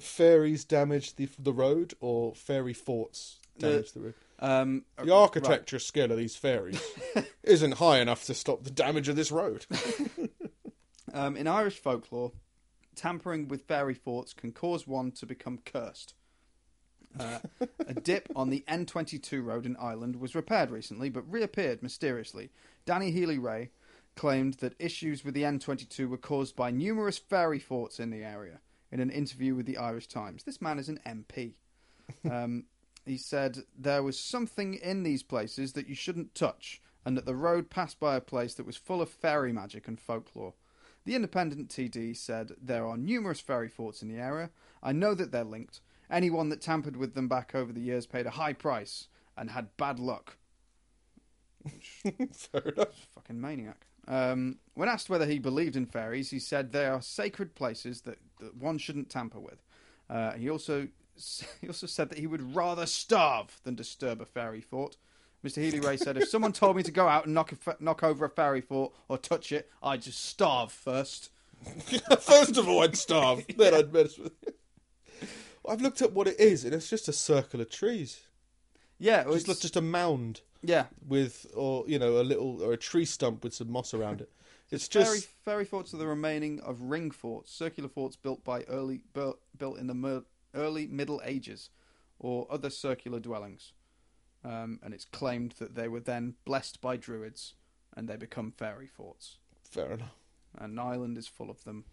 Speaker 2: fairies damage the the road or fairy forts damage the, uh, road?
Speaker 1: Um,
Speaker 2: The architecture skill of these *laughs* fairies isn't high enough to stop the damage of this *laughs* road.
Speaker 1: right. Um, in Irish folklore, tampering with fairy forts can cause one to become cursed. Uh, a dip on the N22 road in Ireland was repaired recently, but reappeared mysteriously. Danny Healy Ray claimed that issues with the N22 were caused by numerous fairy forts in the area. In an interview with the Irish Times, this man is an MP. Um, he said there was something in these places that you shouldn't touch, and that the road passed by a place that was full of fairy magic and folklore. The Independent TD said there are numerous fairy forts in the area. I know that they're linked. Anyone that tampered with them back over the years paid a high price and had bad luck.
Speaker 2: Fair enough. *laughs*
Speaker 1: Fucking maniac. Um, when asked whether he believed in fairies, he said they are sacred places that, that one shouldn't tamper with. Uh, he also *laughs* he also said that he would rather starve than disturb a fairy fort. Mr. Healy Ray said, "If someone told me to go out and knock a fa- knock over a fairy fort or touch it, I'd just starve first.
Speaker 2: First of all, I'd *laughs* starve. Then I'd mess with it. I've looked up what it is, and it's just a circle of trees.
Speaker 1: Yeah, it was,
Speaker 2: Oh, It's just a mound
Speaker 1: yeah.
Speaker 2: with, or you know, a little or a tree stump with some moss around it. It's
Speaker 1: Fairy,
Speaker 2: just
Speaker 1: fairy forts are the remaining of ring forts, circular forts built by early built, built in the mer- early Middle Ages, or other circular dwellings. Um, and it's claimed that they were then blessed by druids, and they become fairy forts.
Speaker 2: fair enough. *laughs*
Speaker 1: And Ireland is full of them,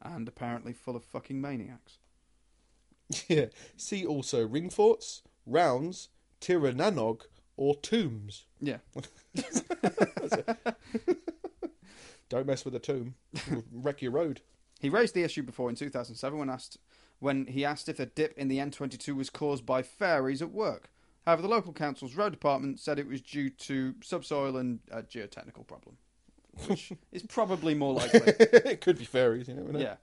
Speaker 1: and apparently full of fucking maniacs.
Speaker 2: Yeah. See also ring forts, rounds, tirananog, or tombs.
Speaker 1: Yeah,
Speaker 2: Don't mess with a tomb. *laughs* It'll wreck your *laughs* road.
Speaker 1: He raised the issue before in 2007 when asked when he asked if a dip in the N22 was caused by fairies at work. However, the local council's road department said it was due to subsoil and a geotechnical problem,
Speaker 2: *laughs*
Speaker 1: which is probably more likely.
Speaker 2: it could be fairies, you know. wouldn't it?
Speaker 1: yeah,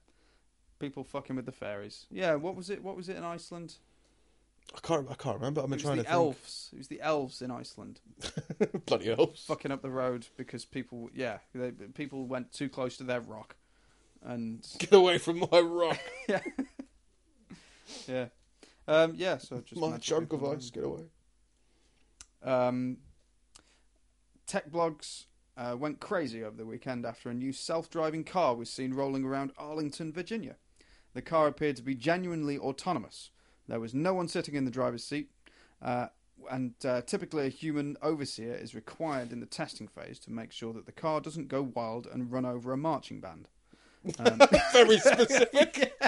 Speaker 1: people fucking with the fairies. Yeah, what was it? What was it in Iceland?
Speaker 2: I can't. I can't remember. I've been
Speaker 1: It was
Speaker 2: trying
Speaker 1: the
Speaker 2: to
Speaker 1: elves. It was the elves in Iceland
Speaker 2: think. *laughs* Bloody elves.
Speaker 1: fucking up the road because people, yeah, they, people went too close to their rock, and
Speaker 2: Get away from my rock,
Speaker 1: yeah, um, yeah. So just
Speaker 2: my
Speaker 1: magic
Speaker 2: chunk of
Speaker 1: people.
Speaker 2: ice. Get away.
Speaker 1: Um, Tech blogs uh, went crazy over the weekend after a new self driving car was seen rolling around Arlington, Virginia. The car appeared to be genuinely autonomous. There was no one sitting in the driver's seat, uh, and uh, typically a human overseer is required in the testing phase to make sure that the car doesn't go wild and run over a marching band. Um,
Speaker 2: *laughs* Very specific. *laughs*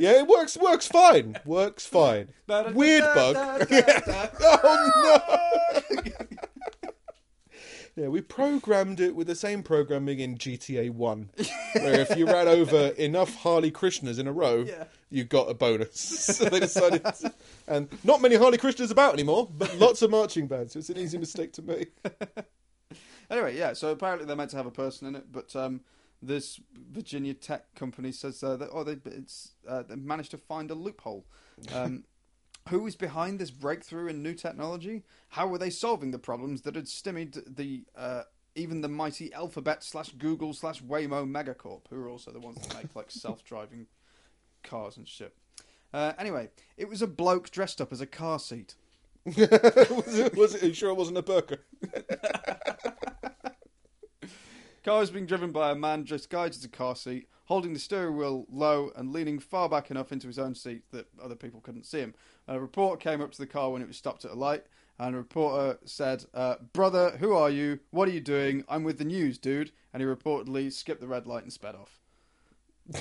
Speaker 2: yeah, it works. Works fine. Works fine. *laughs* *laughs* Weird bug. oh no! *laughs* yeah, we programmed it with the same programming in GTA *laughs* One, where if you ran over enough Harley Krishnas in a row,
Speaker 1: Yeah.
Speaker 2: you got a bonus. *laughs* so they decided, and not many Harley Krishnas about anymore, but lots of marching bands. So it's an easy mistake to make.
Speaker 1: Anyway, yeah. So apparently they're meant to have a person in it, but um, this Virginia tech company says uh, that oh they it's uh, they managed to find a loophole. Um, who is behind this breakthrough in new technology? How were they solving the problems that had stymied the uh, even the mighty Alphabet slash Google slash Waymo megacorp, who are also the ones that make like self driving cars and shit. Uh, anyway, it was a bloke dressed up as a car seat.
Speaker 2: *laughs* was it, was it, are you sure it wasn't a burqa?
Speaker 1: Car is being driven by a man disguised as a car seat, holding the steering wheel low and leaning far back enough into his own seat that other people couldn't see him. a reporter came up to the car when it was stopped at a light, and a reporter said, uh, "Brother, who are you? What are you doing? I'm with the news, dude." And he reportedly skipped the red light and sped off,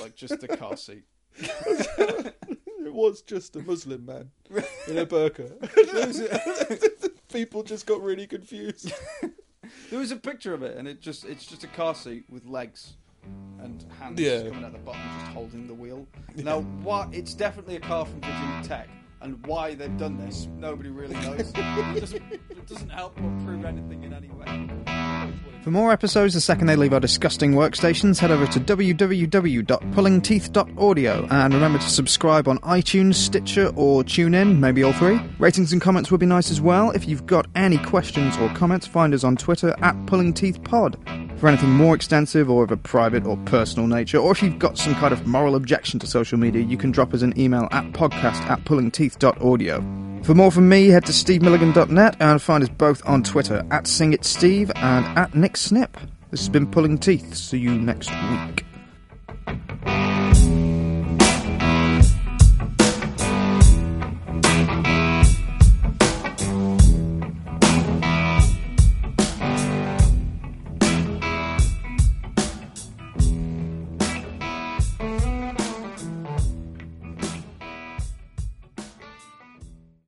Speaker 1: like just the car seat.
Speaker 2: *laughs* It was just a Muslim man in a *laughs* burqa. People just got really confused.
Speaker 1: There was a picture of it, and it just—it's just a car seat with legs and hands
Speaker 2: Yeah.
Speaker 1: coming out the bottom, just holding the wheel. Now, what? It's definitely a car from Virginia Tech, and why they've done this, nobody really knows. it, doesn't, it doesn't help or prove anything in any way. For more episodes the second they leave our disgusting workstations, head over to www.pullingteeth.audio and remember to subscribe on iTunes, Stitcher, or TuneIn, maybe all three. Ratings and comments would be nice as well. If you've got any questions or comments, find us on Twitter at PullingTeethPod. For anything more extensive or of a private or personal nature, or if you've got some kind of moral objection to social media, you can drop us an email at podcast at pullingteeth.audio. For more from me, head to stevemilligan.net and find us both on Twitter at SingItSteve and at Nick Snip. This has been Pulling Teeth. See you next week.